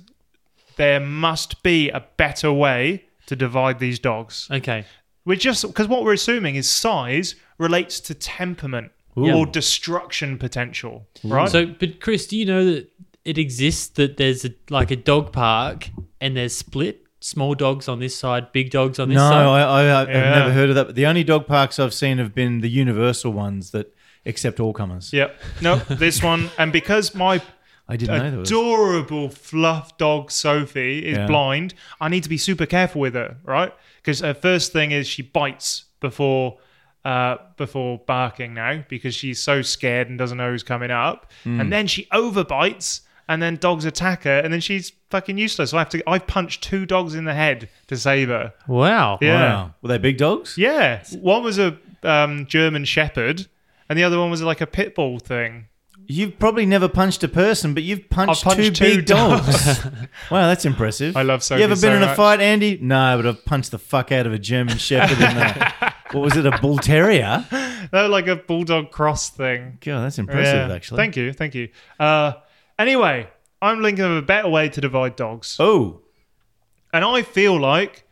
S3: there must be a better way to divide these dogs.
S4: Okay.
S3: We're just because what we're assuming is size relates to temperament
S1: Ooh.
S3: or destruction potential, right?
S4: So, but Chris, do you know that it exists that there's a, like a dog park and there's split small dogs on this side, big dogs on this
S1: No,
S4: side?
S1: I, I, I've
S3: Yeah.
S1: never heard of that. But the only dog parks I've seen have been the universal ones that accept all comers.
S3: yep. No, this one, and because my
S1: I didn't
S3: Uh,
S1: know there was.
S3: adorable fluff dog Sophie is
S1: Yeah.
S3: blind, I need to be super careful with her, right? Because her first thing is she bites before. Uh, before barking now because she's so scared and doesn't know who's coming up,
S1: Mm.
S3: and then she overbites, and then dogs attack her, and then she's fucking useless. So I have to. I've punched two dogs in the head to save her.
S4: Wow.
S3: Yeah.
S1: Wow. Were they big dogs?
S3: Yeah, one was a um, German Shepherd, and the other one was like a pit bull thing.
S1: You've probably never punched a person, but you've punched,
S3: punched
S1: two,
S3: two
S1: big dogs. wow, that's impressive.
S3: I love Sophie
S1: You ever been
S3: so
S1: in a
S3: much.
S1: fight, Andy? No, but I've punched the fuck out of a German Shepherd and a, what was it, a Bull Terrier?
S3: They're like a bulldog cross thing.
S1: God, that's impressive,
S3: Yeah.
S1: actually.
S3: Thank you, thank you. Uh, anyway, I'm thinking of a better way to divide dogs,
S1: Oh,
S3: and I feel like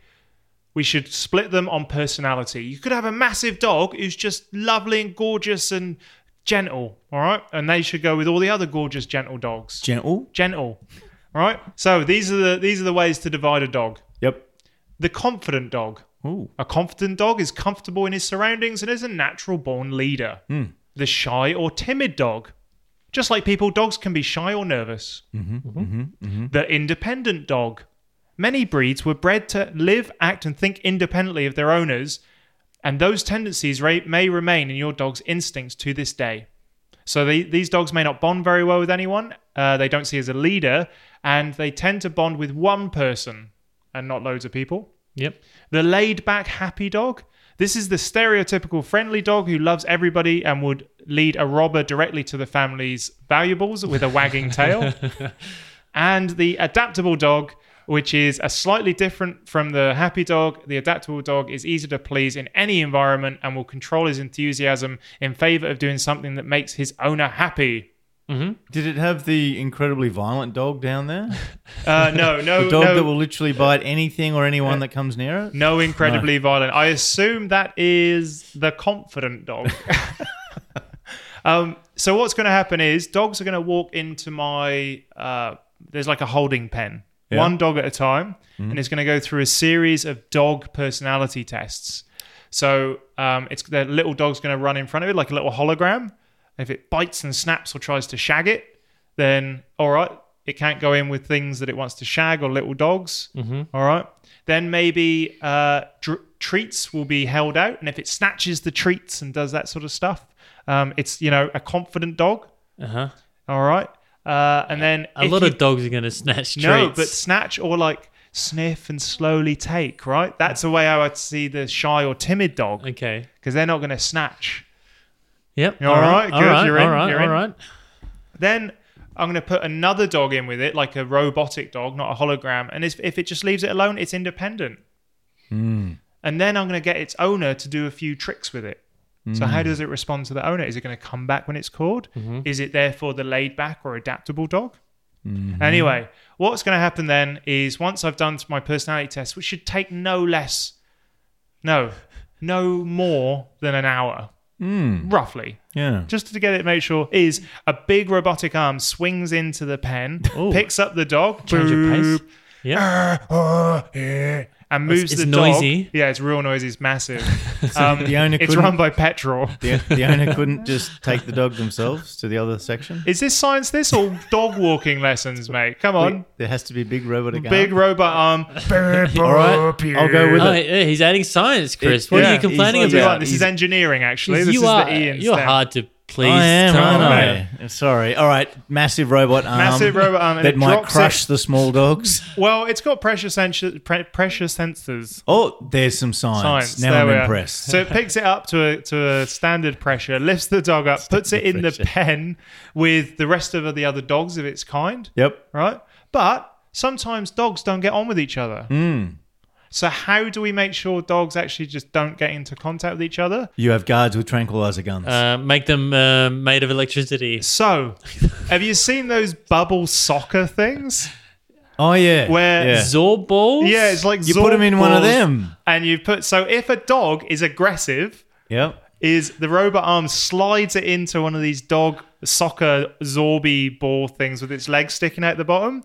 S3: we should split them on personality. You could have a massive dog who's just lovely and gorgeous and gentle, all right, and they should go with all the other gorgeous gentle dogs.
S1: gentle.
S3: Gentle, all right. So these are the these are the ways to divide a dog.
S1: Yep.
S3: The confident dog.
S1: Ooh.
S3: A confident dog is comfortable in his surroundings and is a natural born leader. The shy or timid dog. Just like people, dogs can be shy or nervous. Mm-hmm. The independent dog. Many breeds were bred to live, act, and think independently of their owners, and those tendencies re- may remain in your dog's instincts to this day. So they, these dogs may not bond very well with anyone. Uh, they don't see as a leader, and they tend to bond with one person and not loads of people.
S4: Yep.
S3: The laid back, happy dog. This is the stereotypical friendly dog who loves everybody and would lead a robber directly to the family's valuables with a wagging tail. And the adaptable dog, which is a slightly different from the happy dog. The adaptable dog is easy to please in any environment and will control his enthusiasm in favor of doing something that makes his owner happy.
S1: Did it have the incredibly violent dog down there?
S3: Uh, no, no,
S1: Dog
S3: no.
S1: that will literally bite anything or anyone that comes near it?
S3: No, incredibly violent. I assume that is the confident dog. um, so what's going to happen is dogs are going to walk into my. Uh, there's like a holding pen,
S1: Yeah.
S3: one dog at a time, and it's going to go through a series of dog personality tests. So um, it's the little dog's going to run in front of it like a little hologram. If it bites and snaps or tries to shag it, then all right, it can't go in with things that it wants to shag or little dogs.
S4: Mm-hmm.
S3: All right, then maybe uh, dr- treats will be held out, and if it snatches the treats and does that sort of stuff, um, it's you know a confident dog.
S4: Uh huh.
S3: All right, uh, and then
S4: A
S3: if
S4: lot
S3: you-
S4: of dogs are going to snatch treats.
S3: no, but snatch or like sniff and slowly take. Right, that's the way I would see the shy or timid dog because
S4: okay.
S3: they're not going to snatch.
S4: Yep.
S3: You all right?
S4: All
S3: Good,
S4: right.
S3: you're in,
S4: all right.
S3: you're
S4: all
S3: in.
S4: right.
S3: Then I'm going to put another dog in with it, like a robotic dog, not a hologram. And if, if it just leaves it alone, it's independent. And then I'm going to get its owner to do a few tricks with it. So how does it respond to the owner? Is it going to come back when it's called? Is it therefore the laid back or adaptable dog? Anyway, what's going to happen then is once I've done my personality test, which should take no less, no, no more than an hour, roughly
S1: Yeah.
S3: just to get it made sure is a big robotic arm swings into the pen
S4: Ooh.
S3: picks up the dog
S4: Change of pace.
S3: boop, ah,
S4: Yeah.
S3: and moves
S4: it's
S3: the
S4: noisy.
S3: dog yeah it's real noisy it's massive um,
S1: The owner
S3: it's
S1: couldn't-
S3: run by petrol
S1: The, the owner couldn't just take the dog themselves to the other section?
S3: is this science this or dog walking lessons mate come on
S1: There has to be a big robotic
S3: big
S1: arm.
S3: robot arm
S1: All right, I'll go with
S4: Oh,
S1: it.
S4: yeah, he's adding science, Chris.
S1: It-
S4: what
S1: yeah,
S4: are you complaining
S1: he's-
S3: You're right,
S4: about?
S3: this
S1: He's-
S3: is engineering actually this
S4: you
S3: is
S4: are,
S3: the Ian
S4: you're
S3: stem.
S4: hard to please.
S1: I am,
S4: Tom.
S1: aren't
S3: Right.
S1: I? Sorry. All right, massive robot arm.
S3: Massive robot arm, and
S1: that
S3: it
S1: might
S3: drops
S1: crush
S3: it-
S1: the small dogs.
S3: well it's got pressure sensors pre- pressure sensors
S1: Oh, there's some signs.
S3: science.
S1: Now
S3: there we
S1: I'm
S3: are.
S1: impressed.
S3: So it picks it up to a, to a standard pressure, lifts the dog up, puts it in the
S1: pressure.
S3: pen with the rest of the other dogs of its kind,
S1: Yep.
S3: right? But sometimes dogs don't get on with each other.
S1: Hmm.
S3: So how do we make sure dogs actually just don't get into contact with each other?
S1: You have guards with tranquilizer guns.
S4: Uh, make them uh, made of electricity.
S3: So, have you seen those bubble soccer things?
S1: oh yeah.
S3: where
S1: yeah.
S4: Zorb balls.
S3: Yeah, it's like
S1: you put them in one of
S3: Zorb balls,
S1: them.
S3: and you put. So if a dog is aggressive,
S1: Yep.
S3: is the robot arm slides it into one of these dog soccer zorby ball things with its legs sticking out the bottom.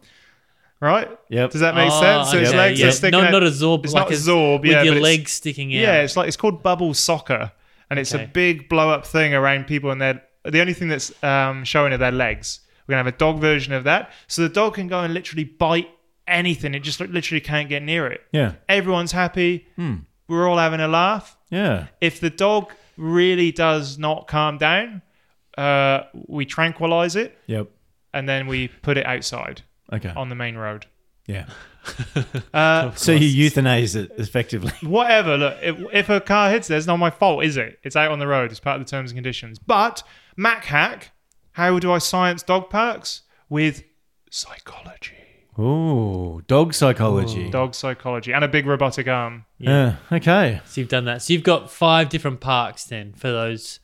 S3: Right?
S1: Yep.
S3: Does that make
S4: Ah,
S3: sense? So its
S4: okay,
S3: legs
S4: yeah.
S3: are sticking
S4: not,
S3: out.
S4: not a zorb.
S3: It's
S4: like
S3: not
S4: a,
S3: zorb,
S4: with
S3: yeah,
S4: your
S3: but it's-
S4: legs sticking out.
S3: yeah. it's like it's called bubble soccer, and it's a
S4: Okay.
S3: big blow up thing around people, and they're the only thing that's um, showing are their legs. We're gonna have a dog version of that, so the dog can go and literally bite anything. It just literally can't get near it.
S1: Yeah.
S3: Everyone's happy.
S4: Hmm.
S3: We're all having a laugh
S1: Yeah.
S3: if the dog really does not calm down, uh, we tranquilize it
S1: Yep.
S3: and then we put it outside
S1: Okay.
S3: on the main road.
S1: yeah.
S3: Uh,
S1: So you euthanize it effectively.
S3: whatever. Look, if, if a car hits it, it's not my fault, is it? It's out on the road. It's part of the terms and conditions. But Mac hack, how do I science dog parks with psychology?
S1: Ooh, dog psychology.
S3: Dog psychology and a big robotic arm.
S1: Yeah. Okay.
S4: So you've done that. So you've got five different parks then for those.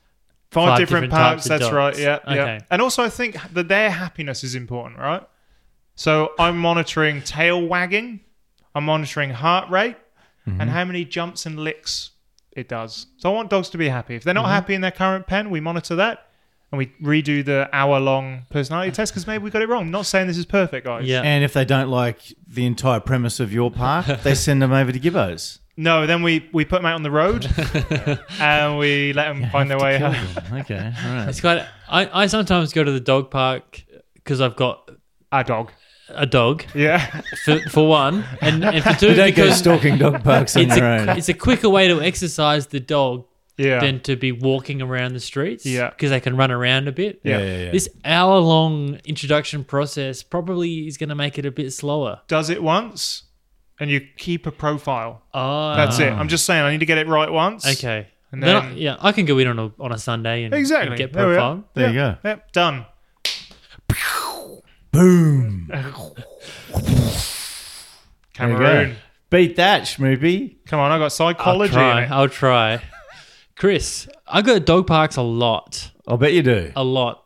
S3: Five,
S4: Five
S3: different,
S4: different
S3: parts.
S4: types of
S3: That's
S4: dogs.
S3: right. Yeah, yeah.
S4: Okay.
S3: And also, I think that their happiness is important, right? So I'm monitoring tail wagging, I'm monitoring heart rate,
S4: Mm-hmm.
S3: and how many jumps and licks it does. So I want dogs to be happy. If they're
S4: Mm-hmm.
S3: not happy in their current pen, we monitor that. And we redo the hour-long personality test because maybe we got it wrong. I'm not saying this is perfect, guys.
S4: Yeah.
S1: And if they don't like the entire premise of your park, they send them over to Gibbo's.
S3: No, then we, we put them out on the road and we let them find their way
S1: uh,
S3: home.
S1: Okay. All right.
S4: It's quite. I, I sometimes go to the dog park because I've got
S3: Our dog.
S4: a dog
S3: Yeah.
S4: for, for one, and, and for two
S1: They don't go
S4: because
S1: stalking dog parks on
S4: it's
S1: their
S4: a,
S1: own.
S4: it's a quicker way to exercise the dog
S3: Yeah.
S4: than to be walking around the streets.
S3: Yeah.
S4: because they can run around a bit.
S1: Yeah, yeah, yeah.
S4: This hour long introduction process probably is going to make it a bit slower.
S3: Does it once and you keep a profile.
S4: Oh,
S3: That's it. I'm just saying, I need to get it right once.
S4: okay.
S3: And
S4: then,
S3: then-
S4: I, yeah, I can go in on a, on a Sunday and, and
S3: Exactly.
S4: get
S3: There we are.
S4: profile.
S1: there you go.
S3: Yep, done.
S1: Boom. There you go.
S3: Cameroon.
S1: Beat that, Schmoopy.
S3: Come on, I got
S4: I'll
S3: psychology.
S4: try.
S3: In it.
S4: I'll try. Chris, I go to dog parks a lot,
S1: I'll bet you do.
S4: a lot,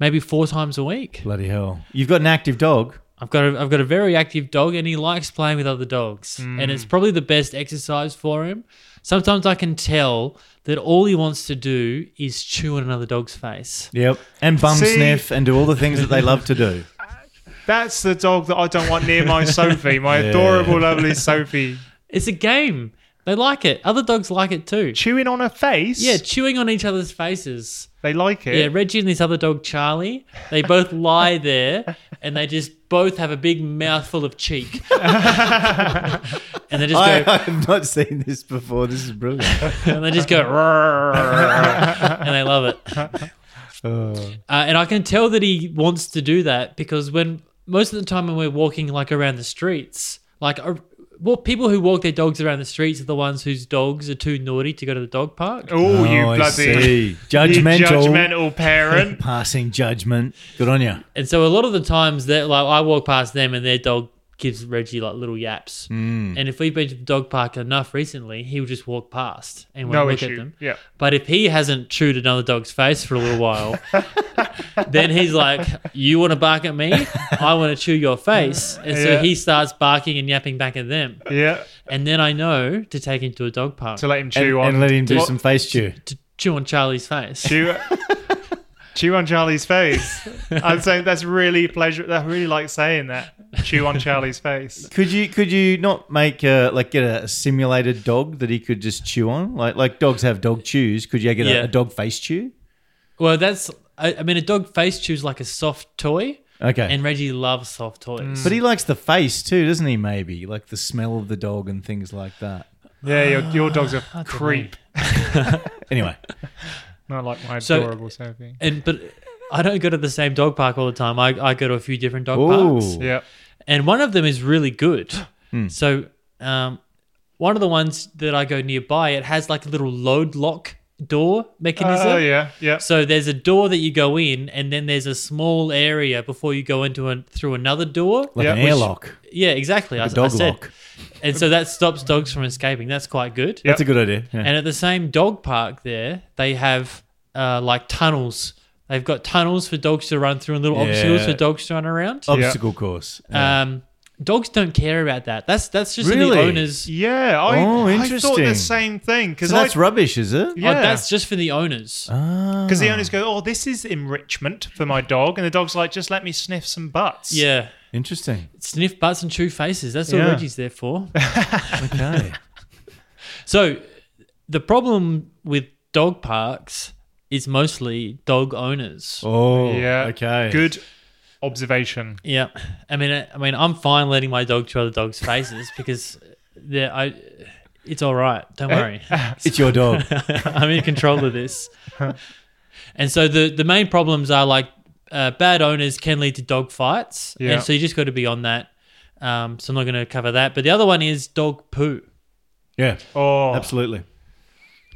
S4: maybe four times a week.
S1: Bloody hell. You've got an active dog.
S4: I've got a, I've got a very active dog, and he likes playing with other dogs, and it's probably the best exercise for him. Sometimes I can tell that all he wants to do is chew on another dog's face.
S1: Yep. And bum
S3: See?
S1: sniff and do all the things that they love to do.
S3: That's the dog that I don't want near my Sophie, my
S1: Yeah.
S3: adorable, lovely Sophie.
S4: It's a game. They like it. Other dogs like it too.
S3: Chewing on her face.
S4: Yeah, chewing on each other's faces.
S3: They like it.
S4: Yeah, Reggie and this other dog, Charlie, they both lie there and they just both have a big mouthful of cheek. and they just
S1: I,
S4: go,
S1: I have not seen this before. This is brilliant.
S4: and they just go, "Rrrr," and they love it. Uh,
S1: Oh.
S4: and I can tell that he wants to do that because when most of the time when we're walking like around the streets, like uh, well, people who walk their dogs around the streets are the ones whose dogs are too naughty to go to the dog park.
S3: Oh, you
S1: I
S3: bloody
S1: see.
S3: you
S1: Judgmental.
S3: judgmental parent.
S1: Passing judgment. Good on you.
S4: And so a lot of the times that like I walk past them and their dog gives Reggie like little yaps.
S3: Hmm.
S4: Mm. And if we've been to the dog park enough recently, he'll just walk past and won't
S3: No
S4: look
S3: issue.
S4: at them.
S3: Yeah.
S4: But if he hasn't chewed another dog's face for a little while, then he's like, "You want to bark at me? I want to chew your face." And so
S3: Yeah.
S4: he starts barking and yapping back at them.
S3: Yeah.
S4: And then I know to take him to a dog park
S3: To let him
S1: And,
S3: chew on
S1: and let him do
S3: What-
S1: some face chew.
S4: to chew on Charlie's face.
S3: chew, chew on Charlie's face. I'm saying that's really pleasure. I really like saying that. Chew on Charlie's face.
S1: Could you could you not make a, like get a simulated dog that he could just chew on? Like like dogs have dog chews. Could you get
S4: Yeah.
S1: a, a dog face chew?
S4: Well, that's I, I mean, a dog face chews like a soft toy.
S1: Okay.
S4: And Reggie loves soft toys.
S1: but he likes the face too, doesn't he? Maybe like the smell of the dog and things like that.
S3: Yeah, your, your dog's
S1: Ah,
S3: a creep.
S1: Anyway,
S3: Not like my
S4: So-
S3: adorable Sophie.
S4: And but I don't go to the same dog park all the time. I, I go to a few different dog parks.
S1: oh,
S3: Yeah.
S4: And one of them is really good.
S1: Hmm.
S4: So um, one of the ones that I go nearby, it has like a little load lock door mechanism.
S3: Oh yeah, yeah.
S4: So there's a door that you go in, and then there's a small area before you go into an through another door.
S1: like
S3: Yeah,
S1: an
S3: which-
S1: airlock.
S4: Yeah, exactly. I, I
S1: dog
S4: said.
S1: lock.
S4: And so that stops dogs from escaping. That's quite good.
S1: That's a good idea. Yeah.
S4: And at the same dog park there, they have uh, like tunnels. They've got tunnels for dogs to run through and little obstacles
S1: Yeah.
S4: for dogs to run around.
S1: Obstacle course.
S3: Uh,
S1: Yeah.
S4: Um, dogs don't care about that. That's that's just in the
S1: Really?
S4: owners.
S3: Yeah, I,
S1: Oh,
S3: I thought the
S1: interesting.
S3: same thing because
S1: so that's rubbish, is it? Ah,
S4: Oh,
S3: Yeah.
S4: that's just for the owners.
S3: because the owners go, "Oh, this is enrichment for my dog," and the dog's like, "Just let me sniff some butts."
S4: yeah.
S1: Interesting.
S4: Sniff butts and chew faces. That's all
S3: Yeah.
S4: Reggie's there for.
S1: Okay.
S4: so the problem with dog parks is mostly dog owners.
S1: Oh,
S3: yeah.
S1: Okay.
S3: good observation.
S4: Yeah, I mean, I, I mean, I'm fine letting my dog chew other dogs' faces because they're, I, it's all right. Don't worry,
S1: It's your dog.
S4: I'm in control of this. And so the the main problems are like uh, bad owners can lead to dog fights,
S3: Yeah.
S4: and so you just got to be on that. Um, so I'm not going to cover that. But the other one is dog poo.
S1: yeah.
S3: Oh,
S1: Absolutely.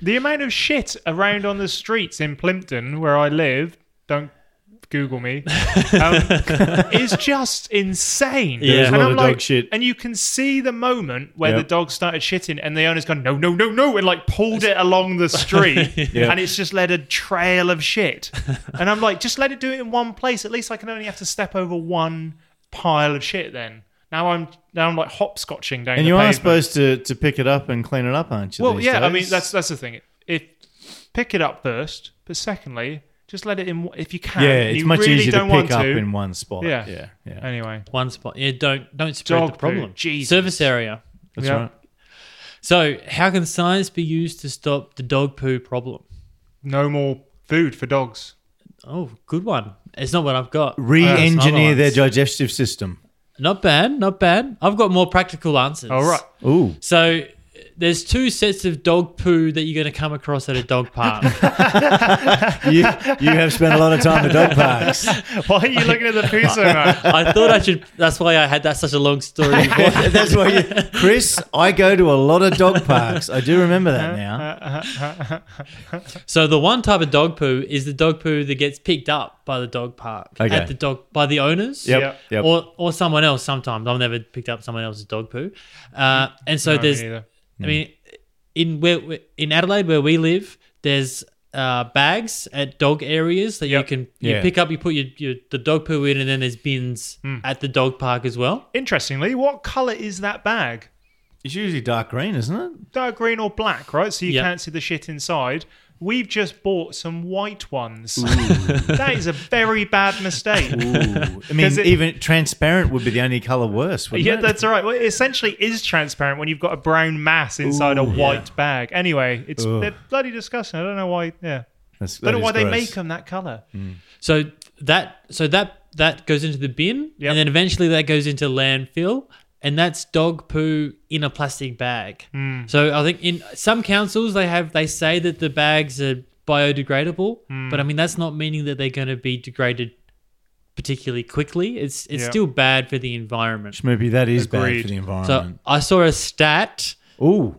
S3: the amount of shit around on the streets in Plimpton where I live. Don't Google me. Um, is just insane.
S4: There is a
S3: And
S1: lot
S3: I'm
S1: of dog
S3: like,
S1: shit.
S3: And you can see the moment where
S1: Yep.
S3: the dog started shitting, and the owner's gone, no, no, no, no, and like pulled it along the street,
S1: Yeah.
S3: and it's just led a trail of shit. And I'm like, just let it do it in one place. At least I can only have to step over one pile of shit. Then now I'm now I'm like hopscotching down.
S1: And
S3: the
S1: you are
S3: pavement.
S1: supposed to, to pick it up and clean it up, aren't you?
S3: Well,
S1: these
S3: yeah, I
S1: days?
S3: mean that's that's the thing. If pick it up first, but secondly, just let it in if you can.
S1: yeah.
S3: And
S1: It's
S3: you
S1: much
S3: really
S1: easier
S3: don't
S1: to pick
S3: want
S1: up
S3: to.
S1: in one spot.
S3: Yeah.
S1: Yeah. Yeah.
S3: Anyway,
S4: One spot. Yeah, don't don't spread
S3: Dog
S4: the
S3: poo,
S4: problem.
S3: Jesus.
S4: Service area.
S1: That's
S3: Yeah.
S1: right.
S4: So how can science be used to stop the dog poo problem?
S3: no more food for dogs.
S4: Oh, good one. It's not what I've got.
S1: Re-engineer
S4: Uh,
S1: their
S4: it's another
S1: digestive system.
S4: Not bad, not bad. I've got more practical answers.
S3: All right.
S1: Ooh.
S4: So there's two sets of dog poo that you're going to come across at a dog park.
S1: You, you have spent a lot of time at dog parks.
S3: Why are you looking at the poo so much?
S4: I thought I should. That's why I had that such a long story. before.
S1: That's why you, Chris, I go to a lot of dog parks. I do remember
S3: Uh-huh.
S1: that now.
S4: so the one type of dog poo is the dog poo that gets picked up by the dog park
S1: Okay.
S4: at the dog by the owners.
S3: Yeah.
S1: Yep. Yep.
S4: Or, or someone else sometimes. I've never picked up someone else's dog poo. Uh, and so
S3: No, me
S4: there's,
S3: neither.
S4: I mean, in where in Adelaide where we live, there's uh, bags at dog areas that
S3: Yep.
S4: you can
S1: Yeah.
S4: you pick up. You put your, your the dog poo in, and then there's bins
S3: Hmm.
S4: at the dog park as well.
S3: Interestingly, what color is that bag?
S1: It's usually dark green, isn't it?
S3: Dark green or black, right? So you
S4: Yeah.
S3: can't see the shit inside. We've just bought some white ones. that is a very bad mistake.
S1: Ooh. I mean,
S3: it-
S1: even transparent would be the only color worse. Wouldn't
S3: Yeah,
S1: it?
S3: that's all right. Well, it essentially is transparent when you've got a brown mass inside a
S1: Ooh,
S3: white bag. Anyway, it's
S1: Ugh.
S3: they're bloody disgusting. I don't know why. Yeah,
S1: That's-
S3: I don't
S1: that
S3: know why
S1: is
S3: they
S1: gross.
S3: make them that color.
S4: So that so that that goes into the bin,
S3: Yep.
S4: and then eventually that goes into landfill, and that's dog poo in a plastic bag. So I think in some councils they have they say that the bags are biodegradable, but I mean that's not meaning that they're going to be degraded particularly quickly. It's it's
S3: Yeah.
S4: still bad for the environment.
S1: Maybe that is
S3: Agreed.
S1: bad for the
S4: So
S1: environment.
S4: I saw a stat
S1: Ooh,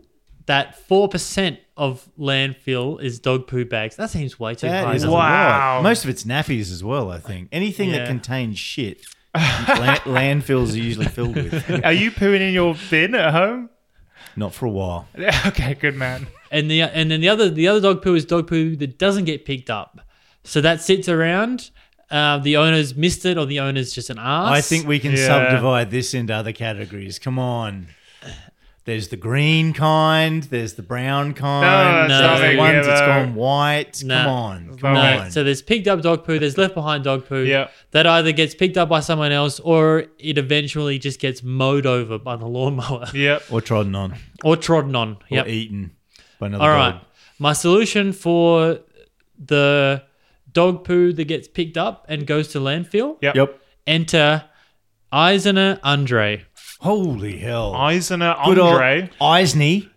S4: that four percent of landfill is dog poo bags. That seems way too high.
S1: that is
S4: doesn't
S1: a
S4: it?
S3: wild. Wow.
S1: lot. Most of it's nappies as well. I think anything
S4: Yeah.
S1: that contains shit, la- landfills are usually filled with.
S3: Are you pooing in your bin at home?
S1: Not for a while.
S3: okay, good man.
S4: and the and then the other the other dog poo is dog poo that doesn't get picked up. So that sits around. Uh, the owner's missed it, or the owner's just an ass.
S1: I think we can
S3: Yeah.
S1: subdivide this into other categories. Come on. There's the green kind. There's the brown kind.
S4: No,
S1: there's the
S4: no,
S1: ones that's
S3: yellow.
S1: gone white.
S4: No.
S1: Come on, come
S3: No.
S4: No,
S1: on.
S4: so there's picked up dog poo. There's left behind dog poo.
S3: Yeah.
S4: That either gets picked up by someone else, or it eventually just gets mowed over by the lawnmower
S3: Yep.
S1: or trodden on, or
S4: or trodden on. Yep.
S1: eaten by another
S4: All
S1: dog.
S4: right. My solution for the dog poo that gets picked up and goes to landfill.
S3: Yep.
S1: Yep.
S4: Enter Eisner Andre.
S1: Holy hell.
S3: Eisner
S1: Good old
S3: Andre.
S1: Eisney.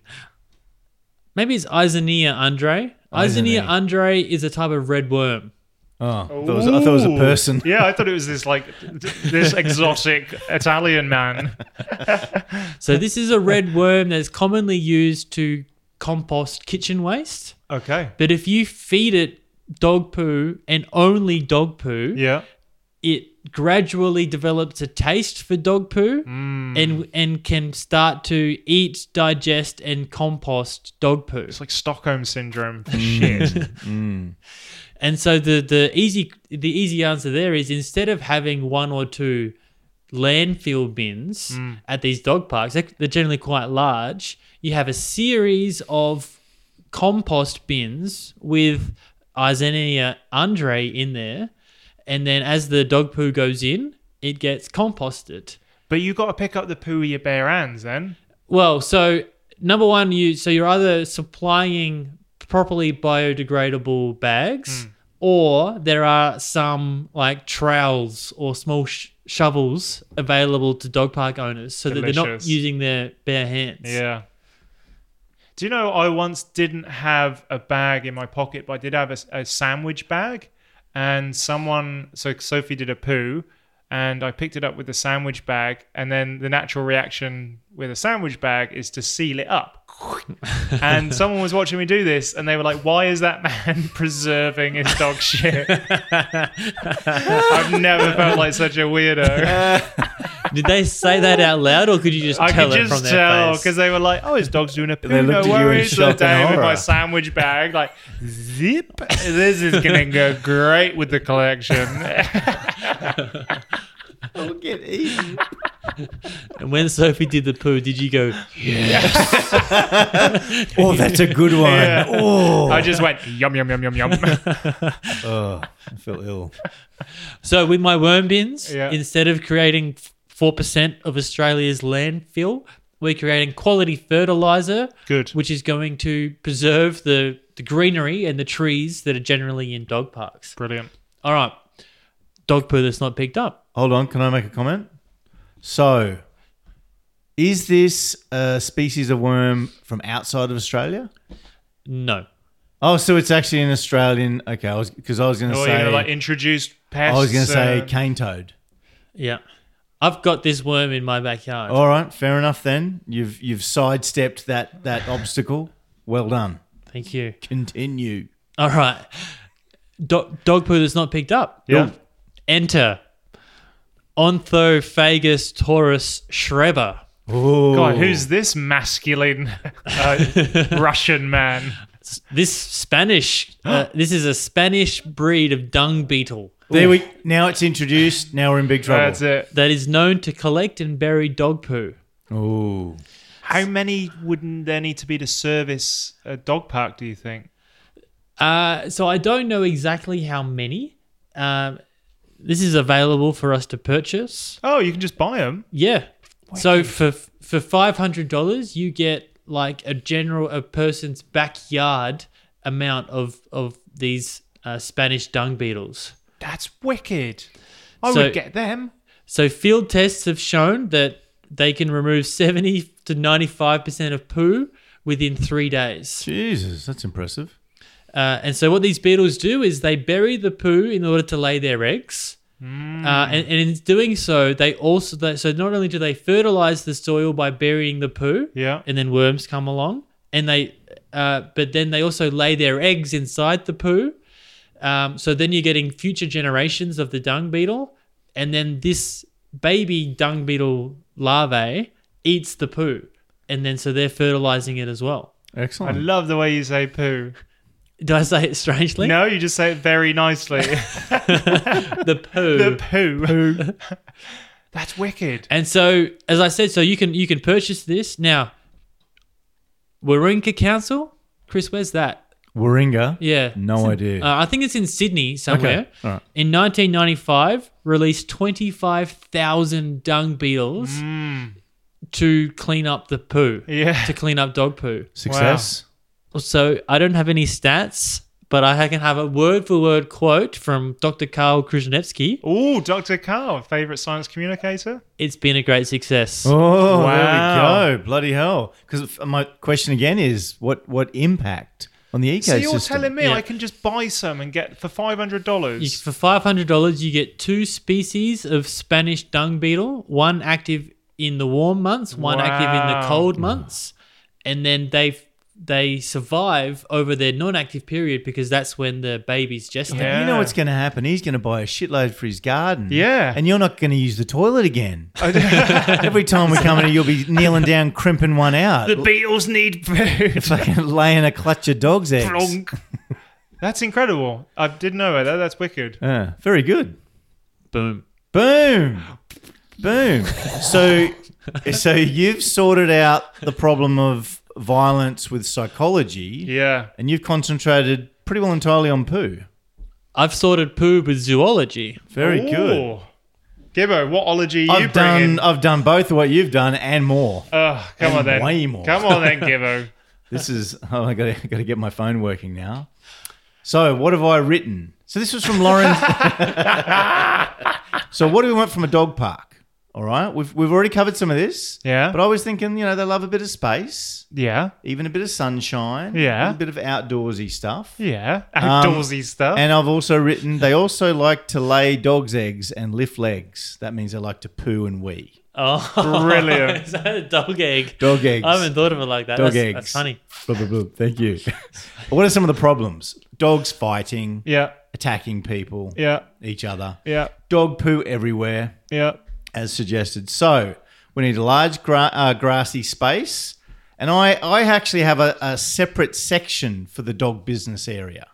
S4: Maybe it's Isenia Andre. Isenia
S1: Isenia.
S4: Andre is a type of red worm.
S1: Oh, I thought, it was, I thought it was a
S3: Ooh.
S1: person.
S3: yeah, I thought it was this like this exotic Italian man.
S4: So this is a red worm that's commonly used to compost kitchen waste.
S3: Okay.
S4: But if you feed it dog poo and only dog poo,
S3: Yeah.
S4: it gradually develops a taste for dog poo and and can start to eat, digest and compost dog poo.
S3: It's like Stockholm syndrome.
S1: Mm.
S3: Shit.
S4: And so the the easy the easy answer there is instead of having one or two landfill bins at these dog parks, they're they're generally quite large. You have a series of compost bins with Isenia andre in there, and then as the dog poo goes in, it gets composted.
S3: But you got to pick up the poo with your bare hands then.
S4: Well, so number one, you so you're either supplying properly biodegradable
S3: Hmm.
S4: bags, or there are some like trowels or small sh- shovels available to dog park owners, so that they're not
S3: Delicious.
S4: using their bare hands.
S3: Yeah. Do you know I once didn't have a bag in my pocket, but I did have a, a sandwich bag, and someone so Sophie did a poo, and I picked it up with the sandwich bag, and then the natural reaction with a sandwich bag is to seal it up. and someone was watching me do this, and they were like, "Why is that man preserving his dog shit?" I've never felt like such a weirdo.
S4: Did they say that out loud, or could you just
S3: I
S4: tell
S3: could
S4: it from
S3: just
S4: their
S3: tell
S4: face?
S3: because they were like, "Oh, his dog's doing a poo.
S1: They
S3: No
S1: looked at you in
S3: worries." So
S1: shock and
S3: Dave with my
S1: horror.
S3: sandwich bag, like, zip. This is gonna go great with the collection.
S1: I'll get eaten.
S4: and when Sophie did the poo, did you go?
S1: Oh, that's a good one.
S3: Yeah.
S1: Oh,
S3: I just went yum yum yum yum yum.
S1: oh, I feel ill.
S4: So with my worm bins,
S3: Yeah.
S4: instead of creating four percent of Australia's landfill, we're creating quality fertilizer,
S3: Good.
S4: which is going to preserve the, the greenery and the trees that are generally in dog parks.
S3: Brilliant.
S4: All right, dog poo that's not picked up.
S1: Hold on, can I make a comment? So, is this a species of worm from outside of Australia?
S4: No.
S1: Oh, so it's actually an Australian. Okay, I was because I was going to
S3: Or
S1: say
S3: you know, Oh, like introduced pests.
S1: I was going to say
S3: uh,
S1: cane toad.
S4: Yeah. I've got this worm in my backyard.
S1: All right, fair enough. Then you've you've sidestepped that that obstacle. Well done.
S4: Thank you.
S1: Continue.
S4: All right. Do- dog poo that's not picked up.
S3: Yeah.
S4: Enter Onthophagus taurus schreber.
S1: Oh,
S3: God, who's this masculine uh, Russian man?
S4: S- This Spanish, uh, this is a Spanish breed of dung beetle
S1: there we now it's introduced. Now we're in big trouble.
S3: That's it.
S4: that is known to collect and bury dog poo.
S1: Oh,
S3: How many wouldn't there need to be to service a dog park? Do you think?
S4: Uh, so I don't know exactly how many. Um, this is available for us to purchase.
S3: Oh, you can just buy them.
S4: Yeah. So for for five hundred dollars, you get like a general a person's backyard amount of of these uh, Spanish dung beetles.
S3: That's wicked. I
S4: So-
S3: would get them.
S4: So field tests have shown that they can remove seventy to ninety five percent of poo within three days.
S1: Jesus, that's impressive.
S4: Uh, and so what these beetles do is they bury the poo in order to lay their eggs. Uh, and, and in doing so, they also they, so not only do they fertilize the soil by burying the poo,
S3: Yeah.
S4: and then worms come along and they uh, but then they also lay their eggs inside the poo um, so then you're getting future generations of the dung beetle and then this baby dung beetle larvae eats the poo and then so they're fertilizing it as well
S3: I
S1: Excellent.
S3: love the way you say poo.
S4: did I say it strangely?
S3: No, you just say it very nicely.
S4: The poo.
S3: the poo. That's wicked.
S4: and so, as I said, so you can you can purchase this now. Warringah Council, Chris, where's that?
S1: Warringah.
S4: Yeah,
S1: No idea.
S4: Uh, I think it's in Sydney somewhere.
S1: Okay, all right.
S4: In 1995, released 25,000 dung beetles
S1: Mm.
S4: to clean up the poo,
S3: Yeah.
S4: to clean up dog poo.
S1: Success.
S4: So I don't have any stats, but I can have a word for word quote from Dr. Karl Krushnevsky.
S3: Oh, Dr. Carl, favorite science communicator?
S4: It's been a great success.
S1: Oh,
S3: Wow.
S1: there we go. Bloody hell. Because my question again is what what impact on the ecosystem?
S3: So you're telling me
S4: Yeah.
S3: I can just buy some and get for five hundred
S4: You,
S3: dollars?
S4: for $500, you get two species of Spanish dung beetle, one active in the warm months, one active in the
S3: Wow.
S4: cold months, and then they they survive over their non-active period because that's when the babies gestate.
S3: Yeah.
S1: You know what's going to happen? He's going to buy a shitload for his garden.
S3: Yeah.
S1: And you're not going to use the toilet again. Every time we come in, you'll be kneeling down, crimping one out,
S3: The Beatles need food.
S1: fucking laying a clutch of dog's eggs.
S3: Plonk. That's incredible. I didn't know that. That's wicked.
S1: Yeah, Ah, very good.
S4: Boom.
S1: Boom. Boom. So, so you've sorted out the problem of violence with psychology,
S3: Yeah.
S1: and you've concentrated pretty well entirely on poo.
S4: I've sorted poo with zoology.
S1: Very good.
S3: Ooh. Gibbo, what ology you
S1: I've
S3: bring
S1: done.
S3: in?
S1: I've done both of what you've done and more.
S3: Ugh, come on then.
S1: way more.
S3: Come on then, Gibbo.
S1: This is. Oh, I got to get my phone working now. So, what have I written? So this was from Lauren. so what do we want from a dog park? All right, we've we've already covered some of this.
S3: Yeah.
S1: But I was thinking, you know, they love a bit of space,
S3: Yeah.
S1: even a bit of sunshine.
S3: Yeah.
S1: A bit of outdoorsy stuff.
S3: Yeah. Outdoorsy stuff.
S1: Um, And I've also written they also like to lay dogs' eggs and lift legs. That means they like to poo and wee.
S4: Oh,
S3: Brilliant.
S4: Is that a dog egg?
S1: Dog eggs.
S4: I haven't thought of it like that.
S1: Dog
S4: that's,
S1: eggs.
S4: That's funny.
S1: Blah, blah, blah. Thank you. what are some of the problems? Dogs fighting,
S3: yeah.
S1: attacking people,
S3: Yeah.
S1: each other.
S3: Yeah.
S1: Dog poo everywhere,
S3: Yeah.
S1: as suggested. So we need a large gra- uh, grassy space. And I, I actually have a, a separate section for the dog business area.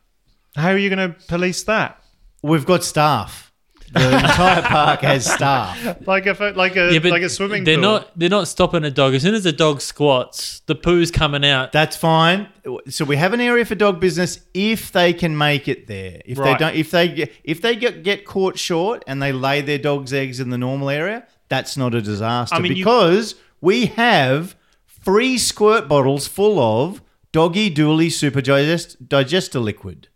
S3: How are you going to police that?
S1: We've got staff. The entire park has staff.
S3: Like a fo- like a
S4: Yeah, but
S3: like a swimming
S4: they're
S3: pool.
S4: not they're not stopping a dog. As soon as a dog squats, the poo's coming out.
S1: That's fine. So we have an area for dog business if they can make it there. If
S3: Right.
S1: they don't, if they get, if they get, get caught short and they lay their dog's eggs in the normal area, that's not a disaster
S3: I mean, you-
S1: because we have free squirt bottles full of doggy dooley super digest, digester liquid,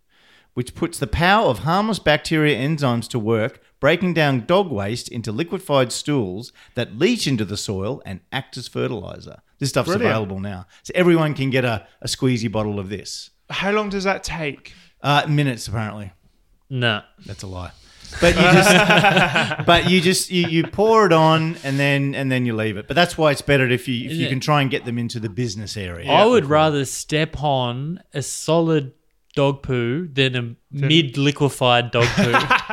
S1: which puts the power of harmless bacteria enzymes to work, breaking down dog waste into liquefied stools that leach into the soil and act as fertilizer. This stuff's
S3: Brilliant.
S1: available now. So everyone can get a, a squeezy bottle of this.
S3: How long does that take?
S1: Uh, minutes, apparently.
S4: Nah.
S1: That's a lie. But you just, but you just, you, you pour it on and then and then you leave it. But that's why it's better if you if you
S4: Yeah.
S1: can try and get them into the business area.
S4: I would rather step on a solid dog poo than a mid liquefied dog poo.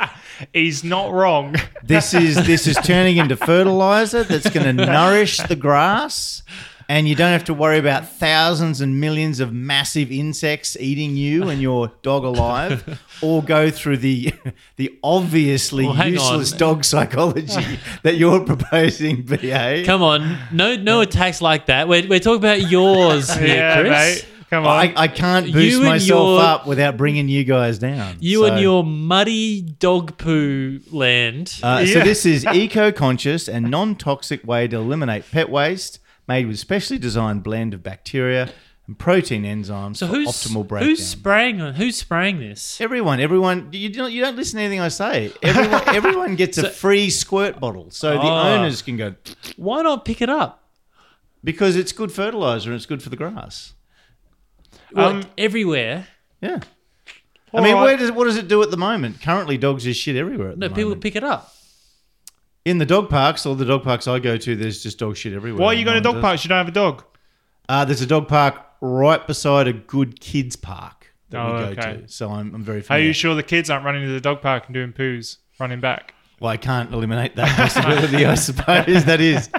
S3: He's not wrong.
S1: This is this is turning into fertilizer that's going to nourish the grass, and you don't have to worry about thousands and millions of massive insects eating you and your dog alive, or go through the the obviously
S4: Well, hang on.
S1: useless dog psychology that you're proposing, BA.
S4: Come on. No no attacks like that. We're, we're talking about yours here,
S3: yeah,
S4: Chris.
S3: mate. Come on.
S1: I, I can't
S4: You
S1: boost
S4: and
S1: myself
S4: your-
S1: up without bringing you guys down.
S4: You
S1: So,
S4: and your muddy dog poo land.
S1: Uh,
S3: Yeah.
S1: So this is eco-conscious and non-toxic way to eliminate pet waste, made with specially designed blend of bacteria and protein enzymes
S4: so
S1: for
S4: who's
S1: optimal breakdown.
S4: who's spraying on who's spraying this?
S1: Everyone, everyone, you don't, you don't listen to anything I say. Everyone, everyone gets a free squirt bottle, so the
S4: Ah.
S1: owners can go
S4: Why not pick it up?
S1: because it's good fertilizer and it's good for the grass.
S4: Well,
S3: Um,
S4: everywhere.
S1: Yeah, I
S3: All
S1: mean,
S3: right.
S1: where does what does it do at the moment? Currently, dogs is shit everywhere. At
S4: No,
S1: the
S4: people
S1: moment.
S4: pick it up.
S1: in the dog parks, all the dog parks I go to, there's just dog shit everywhere.
S3: Why are you going to
S1: No one
S3: dog
S1: does-
S3: parks? You don't have a dog.
S1: Uh, there's a dog park right beside a good kids park that
S3: Oh,
S1: we go
S3: okay.
S1: to. So I'm, I'm very
S3: Are
S1: familiar.
S3: you sure the kids aren't running to the dog park and doing poos, running back?
S1: well, I can't eliminate that possibility, I suppose. That is.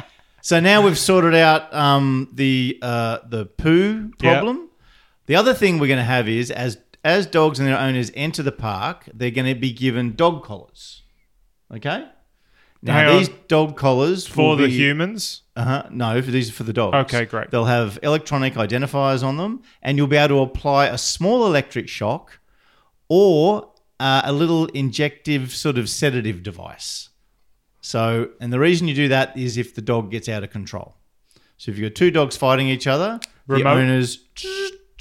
S1: So now we've sorted out um, the uh, the poo
S3: Yeah.
S1: problem. The other thing we're going to have is as as dogs and their owners enter the park, they're going to be given dog collars. Okay. Now
S3: Hang on.
S1: these dog collars
S3: For
S1: will
S3: the
S1: be-
S3: humans?
S1: Uh-huh. No, for these are for the dogs.
S3: Okay, great.
S1: They'll have electronic identifiers on them, and you'll be able to apply a small electric shock or uh, a little injective sort of sedative device. So, and the reason you do that is if the dog gets out of control. So, if you've got two dogs fighting each other, the
S3: Remote.
S1: owners,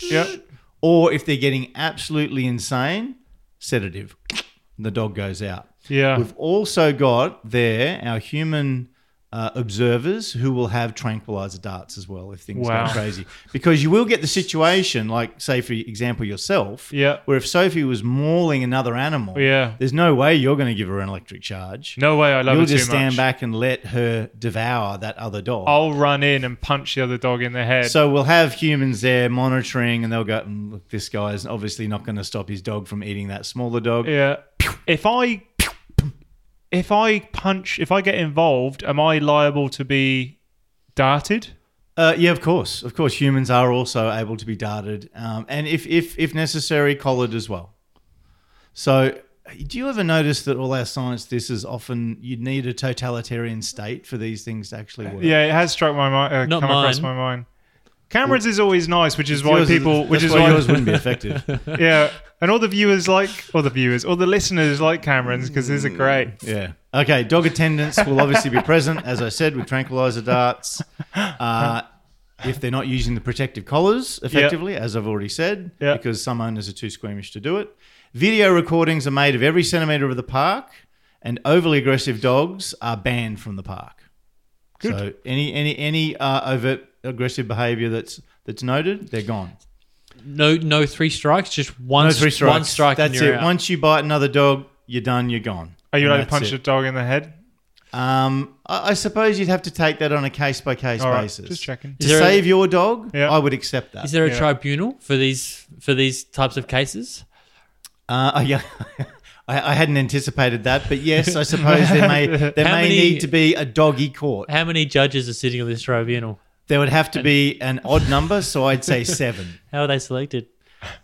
S3: Yep.
S1: or if they're getting absolutely insane, sedative, and the dog goes out.
S3: Yeah.
S1: We've also got there our human uh, observers who will have tranquilizer darts as well if things
S3: Wow.
S1: go crazy. Because you will get the situation, like, say, for example, yourself,
S3: Yeah.
S1: where if Sophie was mauling another animal,
S3: Yeah.
S1: there's no way you're going to give her an electric charge.
S3: No way. I love
S1: You'll
S3: it too
S1: just stand
S3: much. Oh,
S1: back and let her devour that other dog.
S3: I'll run in and punch the other dog in the head.
S1: So we'll have humans there monitoring, and they'll go, "Mm, "Look, this guy's obviously not going to stop his dog from eating that smaller dog."
S3: yeah. If I if I punch, if I get involved, am I liable to be darted?
S1: Uh, yeah, of course, of course. Humans are also able to be darted, um, and if if if necessary, collared as well. So, do you ever notice that all our science, this is often you need a totalitarian state for these things to actually work?
S3: Yeah, it has struck my mind. Uh,
S4: Not
S3: come across my
S4: mine.
S3: mind. Cameron's is always nice, which is why
S1: Yours
S3: people, which
S1: that's
S3: is
S1: why
S3: why,
S1: yours wouldn't be effective.
S3: yeah, and all the viewers like, all the viewers, all the listeners like Cameron's because these are
S1: Mm.
S3: great.
S1: Yeah. Okay. Dog attendants will obviously be present, as I said, with tranquilizer darts. Uh, if they're not using the protective collars effectively, as I've already said,
S3: Yeah.
S1: because some owners are too squeamish to do it. Video recordings are made of every centimetre of the park, and overly aggressive dogs are banned from the park. So any any any uh, overt aggressive behaviour that's that's noted, they're gone.
S4: No no three strikes, just one
S1: No
S4: s-
S1: three strikes.
S4: one strike
S1: That's
S4: and you're
S1: it.
S4: out.
S1: Once you bite another dog, you're done. You're gone.
S3: Are you
S1: And
S3: allowed to
S1: that's
S3: punch
S1: it.
S3: a dog in the head?
S1: Um, I, I suppose you'd have to take that on a case by case
S3: All right,
S1: basis.
S3: just checking.
S1: To
S4: Is there a-
S1: save your dog,
S3: Yeah.
S1: I would accept that.
S4: Is there a
S3: Yeah.
S4: tribunal for these for these types of cases?
S1: uh, I- yeah, I, I hadn't anticipated that, but yes, I suppose there may there
S4: How
S1: may
S4: many-
S1: need to be a doggy court.
S4: How many judges are sitting on this tribunal?
S1: There would have to be an odd number, so I'd say seven.
S4: How are they selected?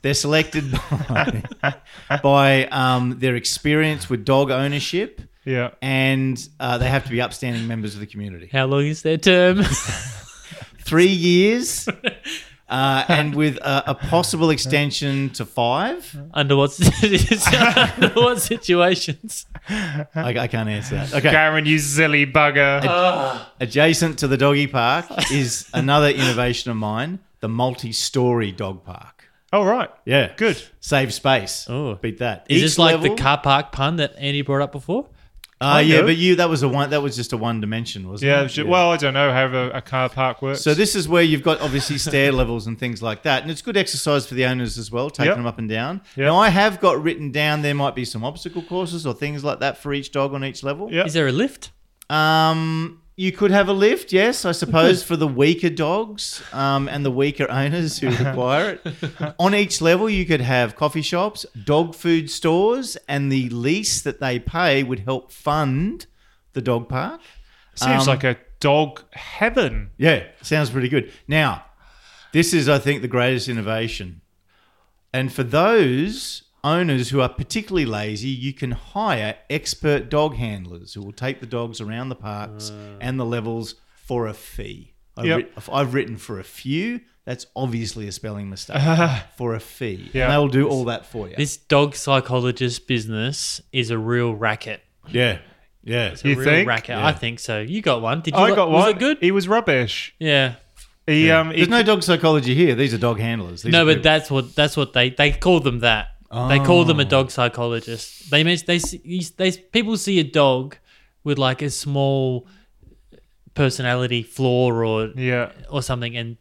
S1: They're selected by, by um, their experience with dog ownership,
S3: Yeah.
S1: and uh, they have to be upstanding members of the community.
S4: How long is their term?
S1: three years, uh, and with a, a possible extension to five.
S4: under what under what situations?
S1: I, I can't answer that. Okay.
S3: Karen, you silly bugger.
S1: Adjacent to the doggy park is another innovation of mine the multi story dog park.
S3: oh, right.
S1: Yeah.
S3: Good.
S1: Save space.
S4: Oh.
S1: Beat that.
S4: Is
S1: Each
S4: this like
S1: level-
S4: the car park pun that Andy brought up before?
S1: Uh,
S3: Kind
S1: yeah,
S3: of.
S1: but you that was a one that was just a one dimension, wasn't
S3: Yeah,
S1: it?
S3: it's ju- well, I don't know how a, a car park works.
S1: So this is where you've got obviously stair levels and things like that, and it's good exercise for the owners as well, taking
S3: Yep.
S1: them up and down.
S3: Yep.
S1: Now I have got written down there might be some obstacle courses or things like that for each dog on each level.
S3: Yep.
S4: Is there a lift?
S1: Um, you could have a lift, yes, I suppose, for the weaker dogs um, and the weaker owners who require it. On each level, you could have coffee shops, dog food stores, and the lease that they pay would help fund the dog park. um,
S3: seems like a dog heaven.
S1: Yeah, sounds pretty good. Now, this is, I think, the greatest innovation. And for those owners who are particularly lazy, you can hire expert dog handlers who will take the dogs around the parks
S4: Ah.
S1: and the levels for a fee. I've,
S3: Yep.
S1: writ- I've written for a few. That's obviously a spelling mistake. for a fee.
S3: Yeah.
S1: And they'll do all that for you.
S4: This dog psychologist business is a real racket.
S1: yeah. Yeah.
S4: It's a
S3: You
S4: real
S3: think?
S4: racket.
S1: Yeah.
S4: I think so. You got one. Did you?
S3: I
S4: li-
S3: got one.
S4: was it good?
S3: He was rubbish.
S4: Yeah.
S3: He um. He,
S1: There's no dog psychology here. These are dog handlers. These
S4: No,
S1: are
S4: but
S1: people-
S4: that's what that's what they they call them that. They call
S1: Oh.
S4: them a dog psychologist. They men- they see- you- they people see a dog with like a small personality flaw or
S3: yeah.
S4: or something, and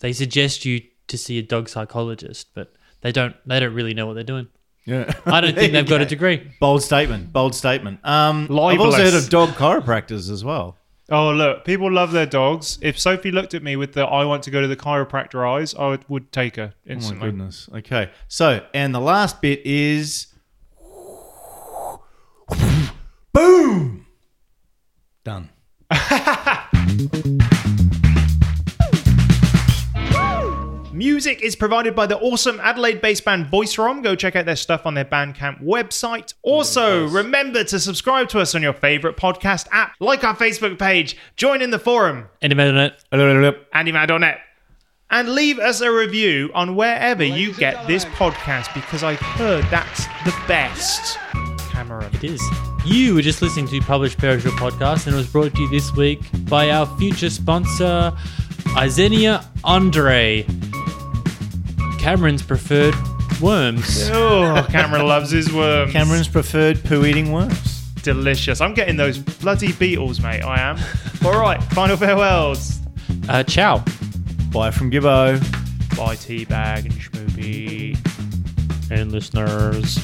S4: they suggest you to see a dog psychologist, but they don't they don't really know what they're doing.
S1: Yeah.
S4: I don't think they've got a degree.
S1: Bold statement. Bold statement. Um, I've
S3: Libelous.
S1: also heard of dog chiropractors as well.
S3: Oh look, people love their dogs. If Sophie looked at me with the "I want to go to the chiropractor" eyes, I would, would take her
S1: Oh my
S3: instantly.
S1: goodness. Okay. So, and the last bit is boom. Done.
S3: Music is provided by the awesome Adelaide based band Voice Rom. Go check out their stuff on their Bandcamp website. Also, remember to subscribe to us on your favorite podcast app, like our Facebook page, join in the forum,
S4: Any minute.
S3: Andy Mad on it, and leave us a review on wherever you get this podcast because I've heard that's the best. Cameron.
S4: It is. You were just listening to Published Perishable Podcast, and it was brought to you this week by our future sponsor, Isenia Andre, Cameron's preferred worms.
S3: Oh, Cameron loves his worms.
S1: Cameron's preferred poo eating worms.
S3: delicious. I'm getting those bloody beetles, mate. I am. All right, final farewells.
S4: Uh, ciao.
S1: Bye from Gibbo.
S3: Bye, teabag and schmoobie.
S4: And listeners.